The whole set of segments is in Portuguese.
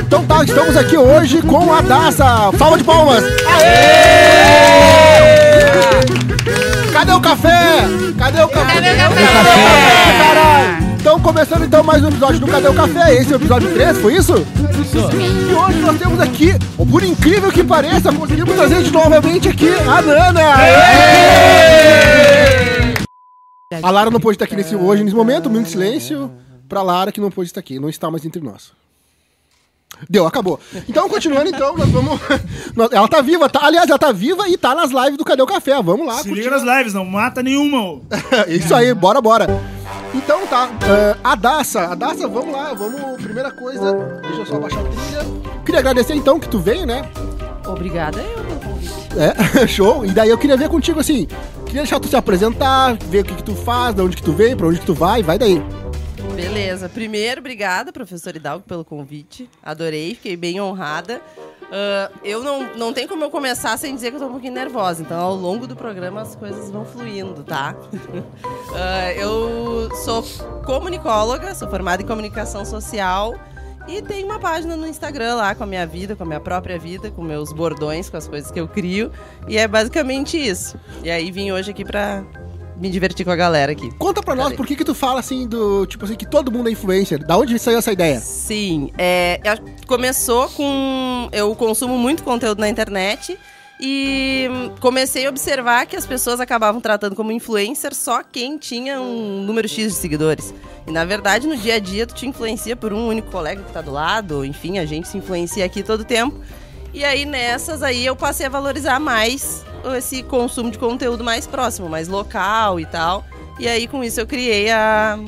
Então tá, estamos aqui hoje com a Daça. Fala de palmas. Cadê o café? Cadê o café? É Cadê o café, caralho? Então, começando então mais um episódio do Cadê o Café? Esse é o episódio 3, foi isso? E hoje nós temos aqui, por incrível que pareça, conseguimos trazer de novamente aqui a Nana! A Lara não pôde estar aqui nesse, hoje, nesse momento, muito silêncio pra Lara que não pôde estar aqui, não está mais entre nós. Deu, acabou. Então, continuando então, nós vamos. nós- Ela tá viva, tá- aliás, ela tá viva e tá nas lives do Cadê o Café? Vamos lá, Se liga nas lives, não mata nenhuma. ô. Isso aí, bora, bora. Então tá, eh, a Daça, a Daça, vamos lá, vamos, primeira coisa, deixa eu só baixar a trilha. Queria agradecer então que tu veio, né? Obrigada eu pelo convite. É, show. E daí eu queria ver contigo assim, queria deixar tu se apresentar, ver o que que tu faz, de onde que tu vem, pra onde que tu vai, vai daí. Beleza. Primeiro, obrigada, professor Hidalgo, pelo convite. Adorei, fiquei bem honrada. Ah, eu não, não tem como eu começar sem dizer que eu tô um pouquinho nervosa. Então, ao longo do programa, as coisas vão fluindo, tá? Ah, eu sou comunicóloga, sou formada em comunicação social. E tenho uma página no Instagram lá com a minha vida, com a minha própria vida, com meus bordões, com as coisas que eu crio. E é basicamente isso. E aí vim hoje aqui pra me divertir com a galera aqui. Conta pra nós Cadê? por que que tu fala assim do, tipo assim, que todo mundo é influencer, da onde saiu essa ideia? Sim, é, eu acho que começou com. Eu consumo muito conteúdo na internet e hum, comecei a observar que as pessoas acabavam tratando como influencer só quem tinha um número X de seguidores. E na verdade, no dia a dia, tu te influencia por um único colega que tá do lado, enfim, a gente se influencia aqui todo tempo. E aí nessas aí eu passei a valorizar mais esse consumo de conteúdo mais próximo, mais local e tal. E aí com isso eu criei a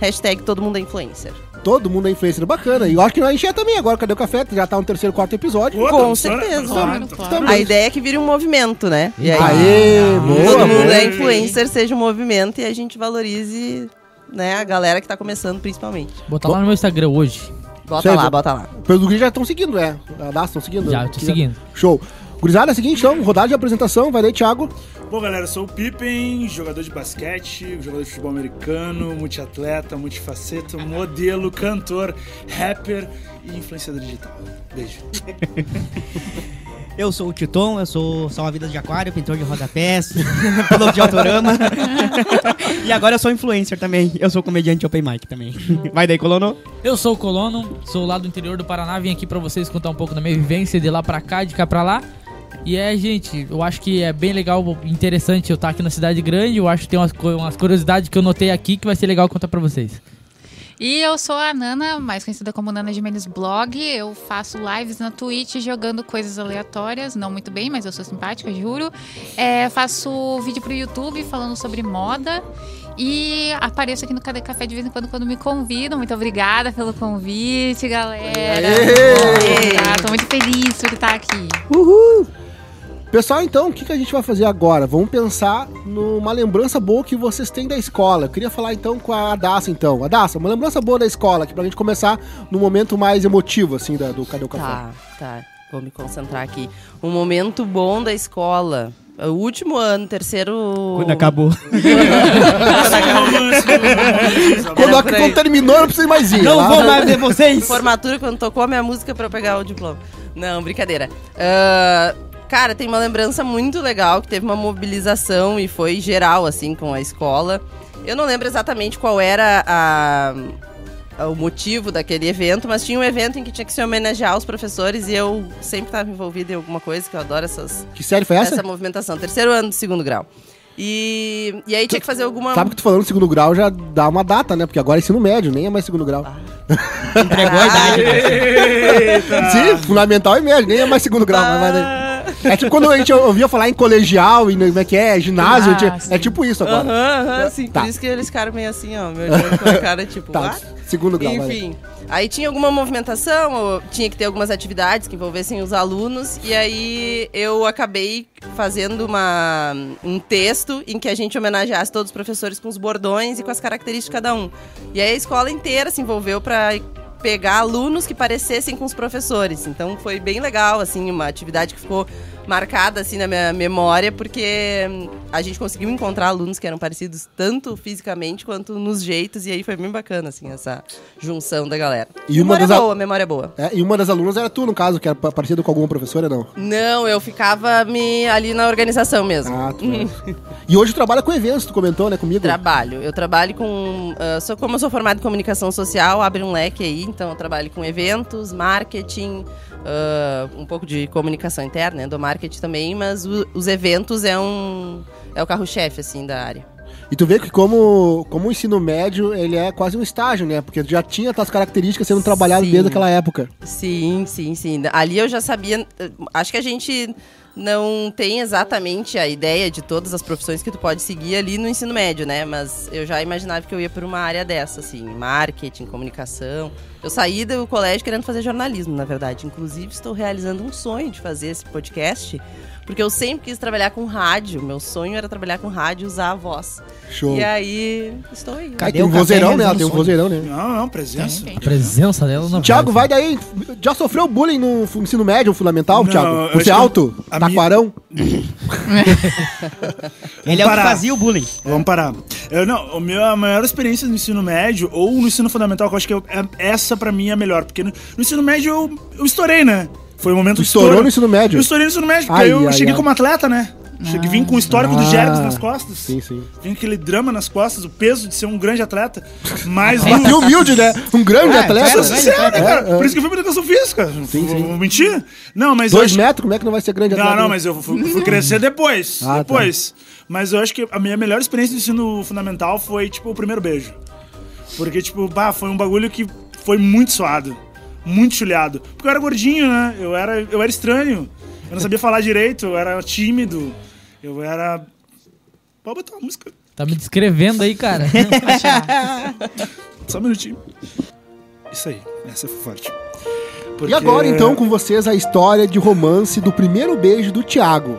hashtag Todo Mundo é Influencer. Todo mundo é influencer, bacana. E eu acho que a gente é também agora, Cadê o Café? Já tá no terceiro, quarto episódio. Ô, Com tamo certeza. estourando, tamo estourando. Estamos A ideia é que vire um movimento, né? E aí, Aê, todo boa, né? mundo boa. é influencer, seja um movimento e a gente valorize né, a galera que tá começando, principalmente. Botar lá no meu Instagram hoje. Bota Certo. lá, bota lá. Pelo que já estão seguindo, é. A Daça estão seguindo. Já, eu tô Que- seguindo. Show. Gurizada, é o seguinte, então, rodada de apresentação, vai daí, Thiago. Bom, galera, eu sou o Pippen, jogador de basquete, jogador de futebol americano, multiatleta, multifaceto, modelo, cantor, rapper e influenciador digital. Beijo. Eu sou o Titon, eu sou salva-vidas de aquário, pintor de rodapés, piloto de autorama. e agora eu sou influencer também. Eu sou comediante de open mic também. Vai daí, colono. Eu sou o Colono, sou lá do interior do Paraná, vim aqui pra vocês contar um pouco da minha vivência de lá pra cá, de cá pra lá. E é, gente, eu acho que é bem legal, interessante eu estar aqui na cidade grande. Eu acho que tem umas, co- umas curiosidades que eu notei aqui que vai ser legal contar pra vocês. E eu sou a Nana, mais conhecida como Nana Jimenez Blog. Eu faço lives na Twitch jogando coisas aleatórias, não muito bem, mas eu sou simpática, juro. É, faço vídeo pro YouTube falando sobre moda. E apareço aqui no Cadê Café de vez em quando quando me convidam. Muito obrigada pelo convite, galera. Aê! Tá, tô muito feliz por estar aqui. Pessoal, então, o que, que a gente vai fazer agora? Vamos pensar numa lembrança boa que vocês têm da escola. Eu queria falar, então, com a Daça, então. A Daça, uma lembrança boa da escola, aqui, pra gente começar no momento mais emotivo, assim, da- do Cadê o Café? Tá, tá. Vou me concentrar aqui. Um momento bom da escola. O último ano, terceiro. Quando acabou. Romance, romance, amor. Quando, Era a, por aí. quando terminou, eu não precisa mais ir. Não lá. vou mais ver vocês. Formatura quando tocou a minha música pra eu pegar o diploma. Não, brincadeira. Ah, cara, tem uma lembrança muito legal que teve uma mobilização e foi geral, assim, com a escola. Eu não lembro exatamente qual era a- a- o motivo daquele evento, mas tinha um evento em que tinha que se homenagear os professores e eu sempre estava envolvida em alguma coisa, que eu adoro essas, Que série foi essa? essa é movimentação. Terceiro ano do segundo grau. E, e aí tinha que fazer alguma. Sabe que tu falando segundo grau já dá uma data, né? Porque agora é ensino médio, nem é mais segundo grau. Ah. Entregou a idade. Eita. Sim, fundamental e médio, nem é mais segundo grau. mas vai daí. É tipo quando a gente ouvia falar em colegial e no- como é que é, ginásio, Ah, a gente- é sim. tipo isso agora. Aham, aham, sim. Tá. Por isso que eles ficaram meio assim, ó, me olhando com a cara, tipo, Tá, "What?" segundo grau, vai. então. Enfim, aí tinha alguma movimentação, ou tinha que ter algumas atividades que envolvessem os alunos, e aí eu acabei fazendo uma, um texto em que a gente homenageasse todos os professores com os bordões e com as características de cada um. E aí a escola inteira se envolveu para pegar alunos que parecessem com os professores. Então foi bem legal, assim, uma atividade que ficou marcada assim na minha memória, porque hum, a gente conseguiu encontrar alunos que eram parecidos tanto fisicamente quanto nos jeitos, e aí foi bem bacana, assim, essa junção da galera. E uma memória das a- boa, memória boa. É, e uma das alunas era tu, no caso, que era pa- parecida com alguma professora, não? Não, eu ficava me ali na organização mesmo. Ah, tu é. E hoje tu trabalha com eventos, tu comentou, né, comigo? Trabalho. Eu trabalho com. ah, sou, como eu sou formada em comunicação social, abre um leque aí, então eu trabalho com eventos, marketing, ah, um pouco de comunicação interna, né, do marketing também, mas o- os eventos é um. É o carro-chefe, assim, da área. E tu vê que como, como o ensino médio, ele é quase um estágio, né? Porque tu já tinha as tuas características sendo trabalhadas Sim. desde aquela época. Sim, sim, sim. Ali eu já sabia. eh, Acho que a gente não tem exatamente a ideia de todas as profissões que tu pode seguir ali no ensino médio, né? Mas eu já imaginava que eu ia por uma área dessa, assim, marketing, comunicação. Eu saí do colégio querendo fazer jornalismo, na verdade. Inclusive, estou realizando um sonho de fazer esse podcast, porque eu sempre quis trabalhar com rádio. Meu sonho era trabalhar com rádio e usar a voz. Show. E aí, estou aí. Aí Cadê tem um o café vozeirão, né? Ela realizando Tem um sonho? vozeirão, né? Não, não, presença. Tem, A presença dela não Tiago, vai. vai daí. Já sofreu bullying no fu- ensino médio, fundamental, Não, eu Tiago? acho Por que ser alto? a minha- Taquarão? Ele é o que Parar. fazia o bullying. Vamos parar. Eu, não, a minha maior experiência no ensino médio ou no ensino fundamental, que eu acho que eu- é- essa pra mim é a melhor. Porque no, no ensino médio eu, eu estourei, né? Foi o momento Tu de estourou estouro. no ensino médio? Eu estourei no ensino médio, porque Ai, eu ai, cheguei ai. como atleta, né? Cheguei, vim com o histórico do Ah. Jergs nas costas. Sim, sim. Vim com aquele drama nas costas, o peso de ser um grande atleta. Mas E no, humilde, né? Um grande É, atleta. Sou era grande sincero, né, cara? É, é. Por isso que eu fui pra educação física. Sim, sim. Vou mentir? Não, mas eu Dois acho- metros, como é que não vai ser grande Não, atleta? não, mas eu fui, fui crescer depois. Ah, tá. depois. Mas eu acho que a minha melhor experiência do ensino fundamental foi, tipo, o primeiro beijo. Porque, tipo, bah, foi um bagulho que foi muito suado. Muito chulhado. Porque eu era gordinho, né? Eu era, eu era estranho. Eu não sabia falar direito, eu era tímido. Eu era. Pode botar uma música. Tá me descrevendo aí, cara. Só um minutinho. Isso aí. Essa foi forte. E Porque- agora, então, com vocês, a história de romance do primeiro beijo do Tiago.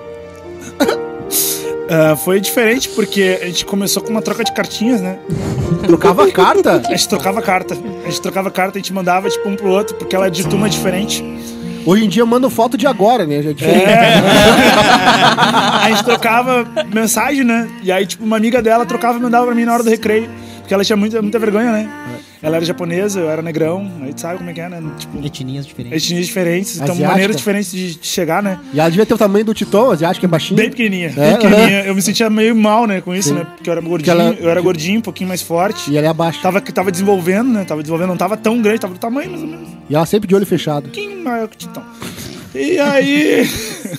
Ah, foi diferente porque a gente começou com uma troca de cartinhas, né? Trocava carta? A gente trocava carta. A gente trocava carta, a gente mandava tipo um pro outro, porque ela é de turma diferente. Hoje em dia mandam foto de agora, né? Já é diferente. A gente trocava mensagem, né? E aí, tipo, uma amiga dela trocava e mandava pra mim na hora do recreio. Porque ela tinha muita, muita vergonha, né? Ela era japonesa, eu era negrão. Aí tu sabe como é que é, né? Tipo, Etnias diferentes. etnias diferentes, então Asiática. maneiras diferentes de de chegar, né? E ela devia ter o tamanho do Titão, asiático, que é baixinho. Bem pequenininha, bem É? pequenininha. Eu me sentia meio mal, né, com isso, né? Porque eu era gordinho, ela- eu era gordinho, um pouquinho mais forte. E ela é abaixo. Tava, que tava desenvolvendo, né? Tava desenvolvendo, não tava tão grande, tava do tamanho mais ou menos. Um E ela sempre de olho fechado. pouquinho maior que o Titão. E aí.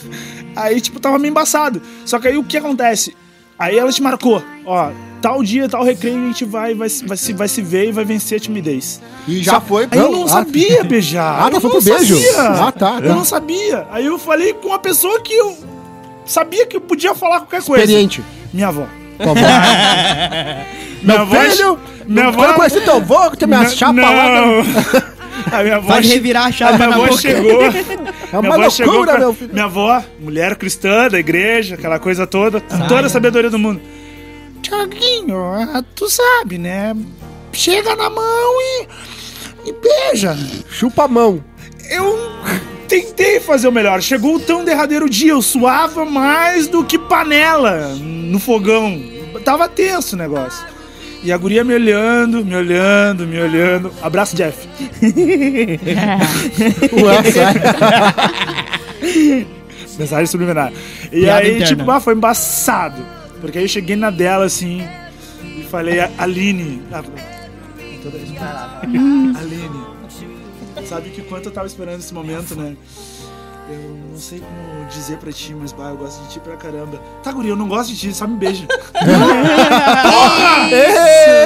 aí, tipo, tava meio embaçado. Só que aí o que acontece? Aí ela te marcou, ó, tal dia, tal recreio, a gente vai, vai, se- vai, se, vai se ver e vai vencer a timidez. E já foi Aí eu não sabia beijar. Ah, tá, eu foi não pro beijo. sabia. Ah, tá, tá. Eu não sabia. Aí eu falei com uma pessoa que eu sabia que eu podia falar qualquer coisa. Experiente. Minha avó. Tua avó. Minha avó. filho, Minha Quando eu avó. conheci teu avô, que tinha minha chapa não. lá. A minha avó Pode che- revirar a A chave minha na avó boca. chegou. É uma minha avó chegou loucura, pra- meu filho. Minha avó, mulher cristã da igreja, aquela coisa toda, com toda a sabedoria do mundo. Tiaguinho, ah, tu sabe, né? Chega na mão e. e beija. Chupa a mão. Eu tentei fazer o melhor. Chegou o tão derradeiro dia, eu suava mais do que panela no fogão. Tava tenso o negócio. E a guria me olhando, me olhando, me olhando. Abraço, Jeff. Ué, sai. Mensagem subliminar. E Piada aí, interna. tipo, ah, foi embaçado. Porque aí eu cheguei na dela assim e falei, "A- Aline. Ah, com toda a- Aline. Sabe que quanto eu tava esperando esse momento, né? Eu não sei como dizer pra ti, mas bah, eu gosto de ti pra caramba. Tá, guri, eu não gosto de ti, só me beija.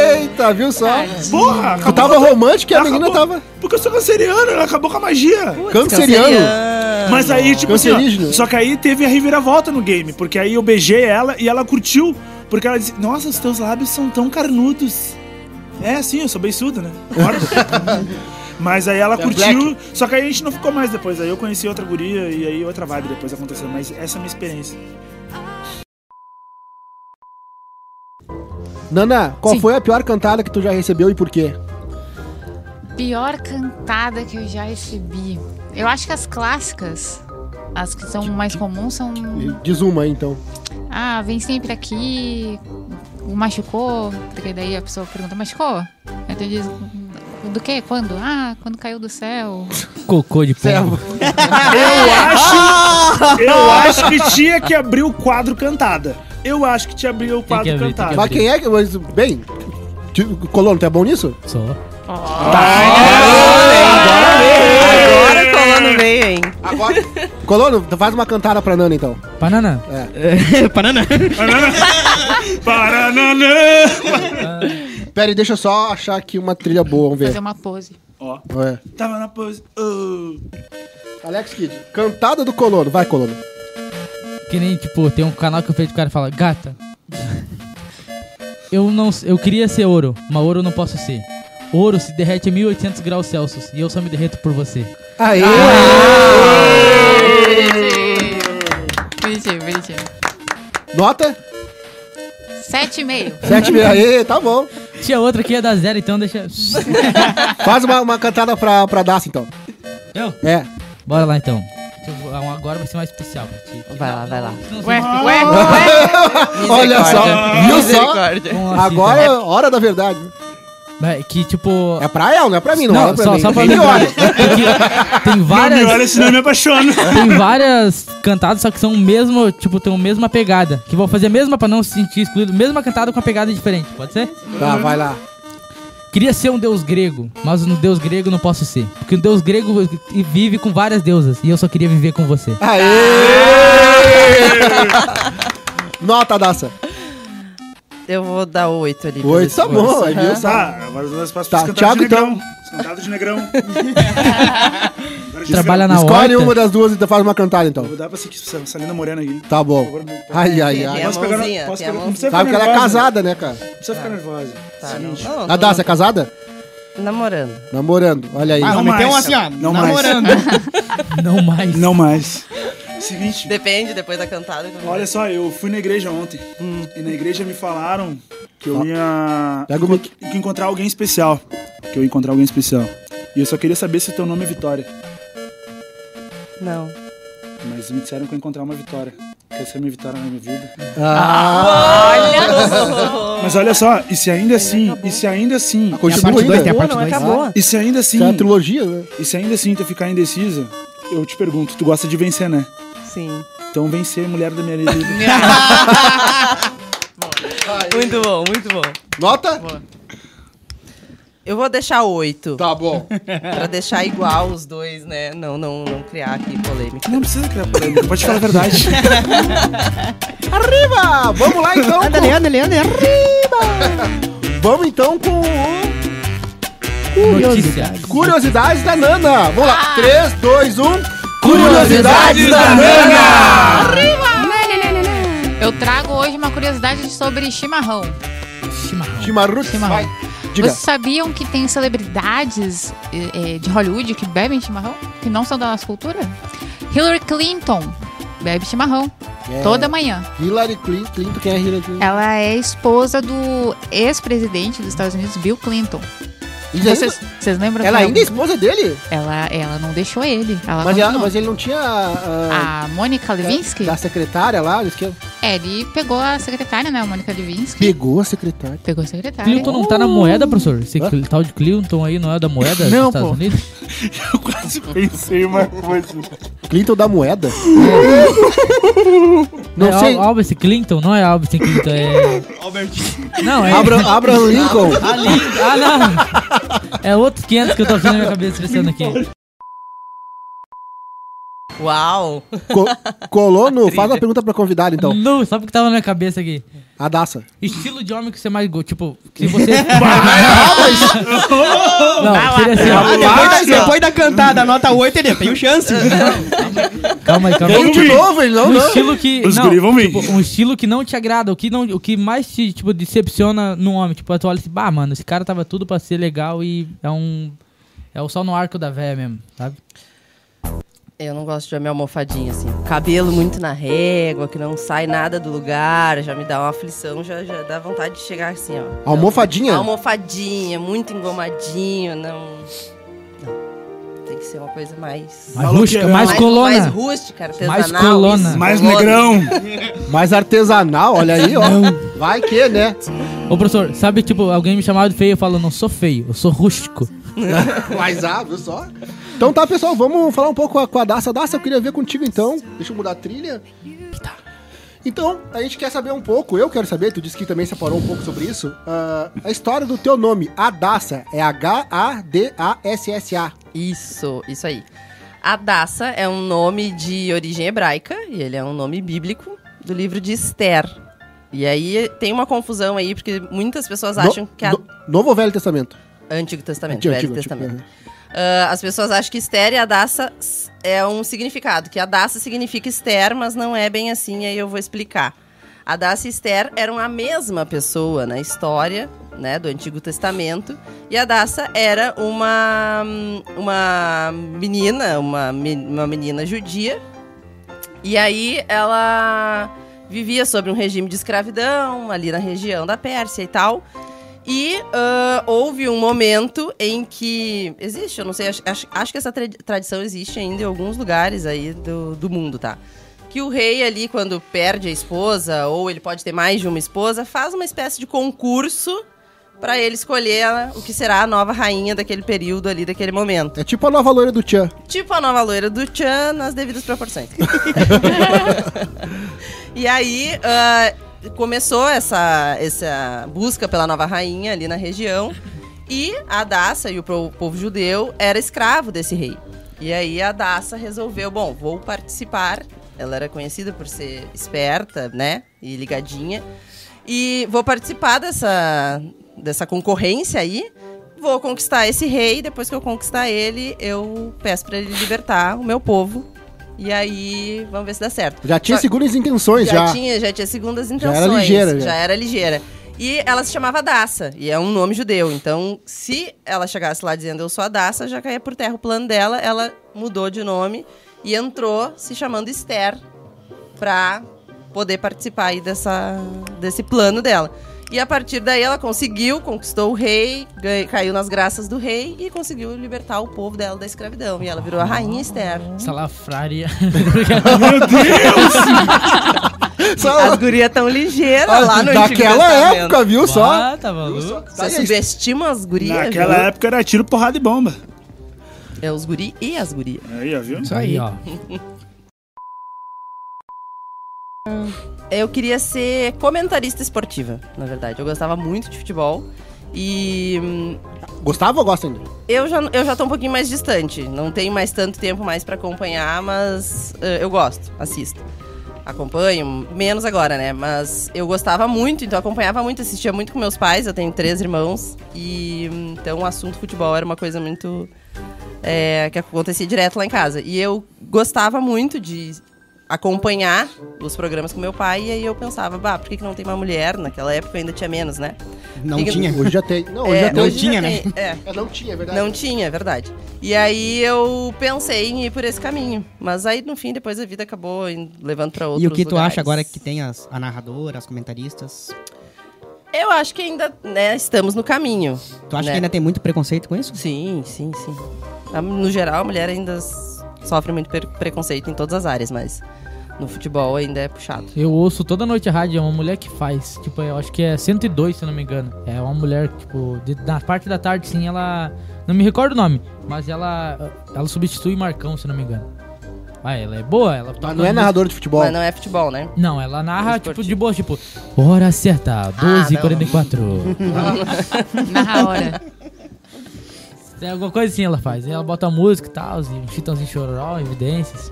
Eita, viu só? Porra! Tu É. acabou- tava romântico e a menina acabou- tava Porque eu sou canceriano, ela acabou com a magia. canceriano. Mas aí, tipo assim, ó, Cancerígeno. só que aí teve a reviravolta no game, porque aí eu beijei é ela e ela curtiu, porque ela disse, nossa, os teus lábios são tão carnudos. É, sim, eu sou beiçudo, né? Óbvio. Mas aí ela curtiu, só que aí a gente não ficou mais depois, aí eu conheci outra guria e aí outra vibe depois aconteceu, mas essa é a minha experiência. Nana, qual Sim. foi a pior cantada que tu já recebeu e por quê? Pior cantada que eu já recebi. Eu acho que as clássicas. As que são mais comuns são. Diz uma aí, então. Ah, vem sempre aqui, machucou. Porque daí a pessoa pergunta, machucou? Aí tu diz. Do que? Quando? Ah, quando caiu do céu. Cocô de pombo. Eu acho, eu acho que tinha que abrir o quadro cantada. Eu acho que tinha que abrir o quadro abrir, tem que cantada. abrir. Mas quem é que. Mas, bem, ti- Colono, tu é bom nisso? Só. Agora colando veio, hein? Agora. Colono, tu faz uma cantada pra Nana, então. Banana. Paraná. Parananã. Pera aí, deixa eu só achar aqui uma trilha boa, vamos Fazer ver. uma pose. Ó, É. um- tava na pose. Oh. Alex Kid, cantada do Colono. Vai, Colono. Que nem, tipo, tem um canal que eu feito o cara fala, gata. Eu não. Eu queria ser ouro, mas ouro eu não posso ser. Ouro se derrete a 1800 graus Celsius e eu só me derreto por você. Aê! Bonitinho, bonitinho. Nota? Sete e meio. 7 mil. Aê, tá bom. Tinha outra que ia dar zero, então deixa. Faz uma, uma cantada pra, pra Daça, então. Eu? É. Bora lá então. Deixa eu- um Agora vai ser mais especial pra ti. Vai lá, vai lá. Não, Ué, não- ué, ué. Olha só. Viu só? Misericórdia. não, assim, Agora é hora da verdade. tá? Vai, Que tipo. É pra ela, não é pra mim, não. Não, olha pra só, mim. só pra Ele lembrar. olha. Porque tem Não me olha, várias. senão eu me apaixono. Tem várias cantadas, só que são o mesmo, tipo, tem a mesma pegada. Que vão fazer a mesma pra não se sentir excluído. Mesma cantada com a pegada diferente, pode ser? Tá, vai lá. Queria ser um deus grego, mas um deus grego não posso ser. Porque um deus grego vive com várias deusas. E eu só queria viver com você. Aê! Nota, Daça. Eu vou dar oito ali. pelo Oito, tá esforço. bom, aí, viu? Aham. Só. Tá, agora nós espaço Tá, pra cantar de Thiago, negrão. Cantado de negrão. Agora de Trabalha Tá na Escolhe horta. uma das duas e faz uma cantada, negrão. Vou então. dar pra essa aqui, essa Salina Morena aqui. Tá bom. Agora não. Ai, ai, Tem ai. a Posso pegar na- mãozinha, posso tem a mãozinha. pegar- Não precisa ficar Sabe que ela é nervosa. casada, né, cara? Não precisa ficar nervosa. Tá, não, Seguinte. não, A tô Daça é casada? namorando. Namorando, olha aí. Ah, Não vou meter um mais. assim, ó. Não mais. namorando. Não mais. Não mais. Seguinte, Depende, depois da cantada. que eu vou- olha só, eu fui na igreja ontem. Hum. E na igreja me falaram que eu ia Pega o mic. que encontrar alguém especial. Que eu ia encontrar alguém especial. E eu só queria saber se o teu nome é Vitória. Não. Mas me disseram que eu ia encontrar uma Vitória. Quer ser minha vitória na minha vida. Mas olha só, e se ainda assim, e se ainda assim, a parte dois, tem a parte dois. e se ainda assim, Isso é uma trilogia, né? e se ainda assim tu ficar indecisa, eu te pergunto, tu gosta de vencer, né? Sim. Então vencer, mulher da minha vida. Muito bom, muito bom. Nota? Eu vou deixar oito. Tá bom. Pra deixar igual os dois, né? Não, não, não criar aqui polêmica. Não precisa criar polêmica, pode falar a verdade. Arriba! Vamos lá então. Anda, com- Leandro, Leandro, Vamos então com o Notícia. Curiosidades da Nana. Vamos lá. um. 3, 2, 1. Curiosidades da Nana! Eu trago hoje uma curiosidade sobre chimarrão. Chimarrão. Chimarrão. Chimarrão. Vai. Diga. Vocês sabiam que tem celebridades eh, eh, de Hollywood que bebem chimarrão? Que não são da nossa cultura? Hillary Clinton bebe chimarrão É, toda manhã. Hillary Clinton. Clinton, Quem é Hillary Clinton? Ela é esposa do ex-presidente dos Estados Unidos, Bill Clinton. E ainda- Vocês, vocês lembram? Ela que ainda é esposa dele? ela, ela não deixou ele. Ela Mas, ela- continuou. mas ele não tinha... ah, A Mônica Lewinsky, Da secretária lá? disse que- é, ele pegou a secretária, né? A Mônica Lewinsky. Pegou a secretária. Pegou a secretária. Clinton não tá na moeda, professor? Esse cl- tal de Clinton aí não é da moeda dos Não, Estados pô. Unidos? Eu quase pensei uma coisa. Clinton da moeda? não é sei. Al Albert Clinton? Não é Albert Clinton, é... Albert. Não, é... Abra, Abraham Lincoln. Ali... Ah, não! É outro 500 que eu tô achando na minha cabeça pensando aqui. Uau! Co- colono, faz uma pergunta pra convidar, então. Não, sabe o que tava na minha cabeça aqui? A Daça. Estilo de homem que você mais gosta. Tipo, que você... Vai não, lá. seria assim, ó. Ah, depois, da, depois da cantada, nota 8, ele tem chance. Calma aí, calma aí. Vem de novo, ele não, um não. estilo que Os não, guri vão vir. Tá tipo, um estilo que não te agrada, o que não, o que mais te tipo decepciona no homem, tipo, tu olha assim, bah, mano, esse cara tava tudo pra ser legal e é um é o só no arco da véia mesmo, sabe? Eu não gosto de homem almofadinha, assim. Cabelo muito na régua, que não sai nada do lugar, já me dá uma aflição, já, já dá vontade de chegar assim, ó. Almofadinha? Almofadinha, muito engomadinho, não. Não. Tem que ser uma coisa mais. Mais Falou rústica, que- mais Mais colona. rústica, artesanal. Mais colona. isso, Mais negrão. Mais artesanal, olha aí, ó. Vai que, né? Ô, professor, sabe, tipo, alguém me chamava de feio, eu falo, não sou feio, eu sou rústico. Mas ah, viu só? Então tá, pessoal, vamos falar um pouco com a, com a Daça. Daça, eu queria ver contigo então. Deixa eu mudar a trilha. Tá. Então, a gente quer saber um pouco, eu quero saber, tu disse que também separou um pouco sobre isso. ah, a história do teu nome, Adassa, é H-A-D-A-S-S-A. Isso, isso aí. Adassa é um nome de origem hebraica e ele é um nome bíblico do livro de Esther. E aí tem uma confusão aí, porque muitas pessoas acham No- que é a... no- Novo ou Velho Testamento? Antigo Testamento, Antigo, Velho antigo, é. antigo, Testamento. Ah, as pessoas acham que Esther e Adassa s- é um significado, que Adassa significa Esther, mas não é bem assim, aí eu vou explicar. Adassa e Esther eram a mesma pessoa na história né, do Antigo Testamento, e Adassa era uma, hum, uma menina, uma, me- uma menina judia, e aí ela vivia sobre um regime de escravidão ali na região da Pérsia e tal. E ah, houve um momento em que. Existe, eu não sei, acho, acho- acho que essa tra- tradição existe ainda em alguns lugares aí do, do mundo, tá? Que o rei ali, quando perde a esposa, ou ele pode ter mais de uma esposa, faz uma espécie de concurso pra ele escolher a- o que será a nova rainha daquele período ali, daquele momento. É tipo a nova loira do Tchan. Tipo a nova loira do Chan nas devidas proporções. e aí ah, começou essa, essa busca pela nova rainha ali na região. E a Daça e o pro- povo judeu era escravo desse rei. E aí a Daça resolveu, bom, vou participar. Ela era conhecida por ser esperta, né? E ligadinha. E vou participar dessa, dessa concorrência aí. Vou conquistar esse rei. Depois que eu conquistar ele, eu peço pra ele libertar o meu povo. E aí, vamos ver se dá certo. Já tinha Só- segundas intenções, já. tinha, já tinha segundas era intenções. ligeira, já. já era ligeira. E ela se chamava Daça, e é um nome judeu. Então, se ela chegasse lá dizendo eu sou a Daça, já caía por terra o plano dela. Ela mudou de nome e entrou se chamando Esther pra poder participar aí dessa, desse plano dela. E a partir daí ela conseguiu, conquistou o rei, ganha- caiu nas graças do rei e conseguiu libertar o povo dela da escravidão. E ela virou a rainha Esther. Salafrária. Só- As gurias tão ligeiras lá no Antigo Daquela Testamento. época, viu só? Ah, tá maluco? Tá aí, Você subestima as gurias, Naquela viu? época era tiro, porrada e bomba. É os guri e as gurias. Aí, ó, viu? Isso aí. ó. Eu queria ser comentarista esportiva, na verdade. Eu gostava muito de futebol. E hum, Gostava ou gosta ainda? eu já, eu já tô um pouquinho mais distante. Não tenho mais tanto tempo mais pra acompanhar, mas eh, eu gosto, assisto. Acompanho, menos agora, né? Mas eu gostava muito, então acompanhava muito, assistia muito com meus pais. Eu tenho três irmãos. E hum, então o assunto futebol era uma coisa muito. eh, que acontecia direto lá em casa. E eu gostava muito de acompanhar os programas com meu pai. E aí eu pensava, bah, por que, que não tem uma mulher? Naquela época ainda tinha menos, né? Não Fica- tinha. Hoje já tem. Não, hoje É, já tem. hoje- tinha, né? tem- é. É, não tinha, é verdade. Não tinha, é verdade. E aí eu pensei em ir por esse caminho. Mas aí, no fim, depois a vida acabou indo- levando pra outros E o que tu lugares. acha agora que tem as, a narradora, as comentaristas? Eu acho que ainda, né, estamos no caminho. Tu acha Né. que ainda tem muito preconceito com isso? Sim, sim, sim. A- No geral, a mulher ainda s- sofre muito per- preconceito em todas as áreas, mas no futebol ainda é puxado. Eu ouço toda noite a rádio, é uma mulher que faz. Tipo, eu acho que é 102, se eu não me engano. É uma mulher, tipo, de- na parte da tarde, sim, ela. Não me recordo o nome, mas ela. Ela substitui Marcão, se eu não me engano. Ah, ela é boa, ela. Mas toca não é música- narrador de futebol. Mas não é futebol, né? Não, ela narra, Esportivo. tipo, de boa, tipo, hora Ah, certa, 12h44. Na hora. É alguma coisa assim ela faz. Aí Ela bota música e tal, e um chitãozinho chororó, evidências.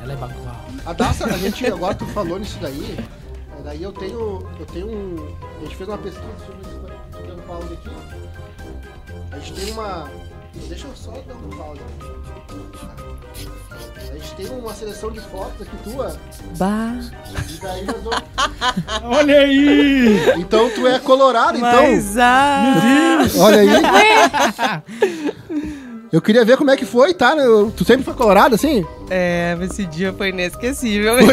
Ela é bagual. A Daça, a gente agora tu falou nisso daí. é, Daí eu tenho. Eu tenho um. A gente fez uma pesquisa sobre isso. né? Tô dando pausa aqui. A gente tem uma. Deixa eu só dar um pausa. A gente tem uma seleção de fotos aqui tua. Bah. E daí nós vamos- Olha aí! Então tu é colorado, então. Mas, ah, Olha aí. Eu queria ver como é que foi, tá? Eu- Tu sempre foi colorado assim? É, esse dia foi inesquecível.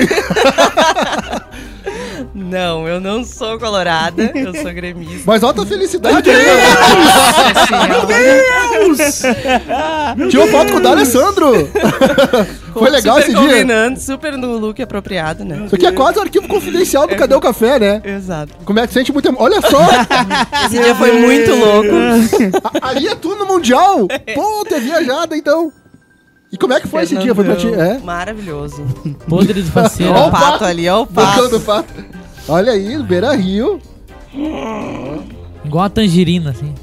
Não, eu não sou colorada, eu sou gremista. Mas olha a tua felicidade aí, Deus! Tinha uma foto com o D'Alessandro. Foi legal super esse dia. combinando, super no look apropriado, né? Isso aqui é quase um arquivo confidencial do Cadê o Café, né? Exato. Como é que sente muito... emo- Olha só! Esse dia foi muito louco. a- Ali é tu no Mundial! Pô, ter viajado, então! E como é que foi esse dia? Foi pra ti? É? Maravilhoso. Podre do parceiro. Ó o Opa! pato ali, ó o Bacana do pato. pato. Olha aí, Beira Rio. Igual a tangerina, assim.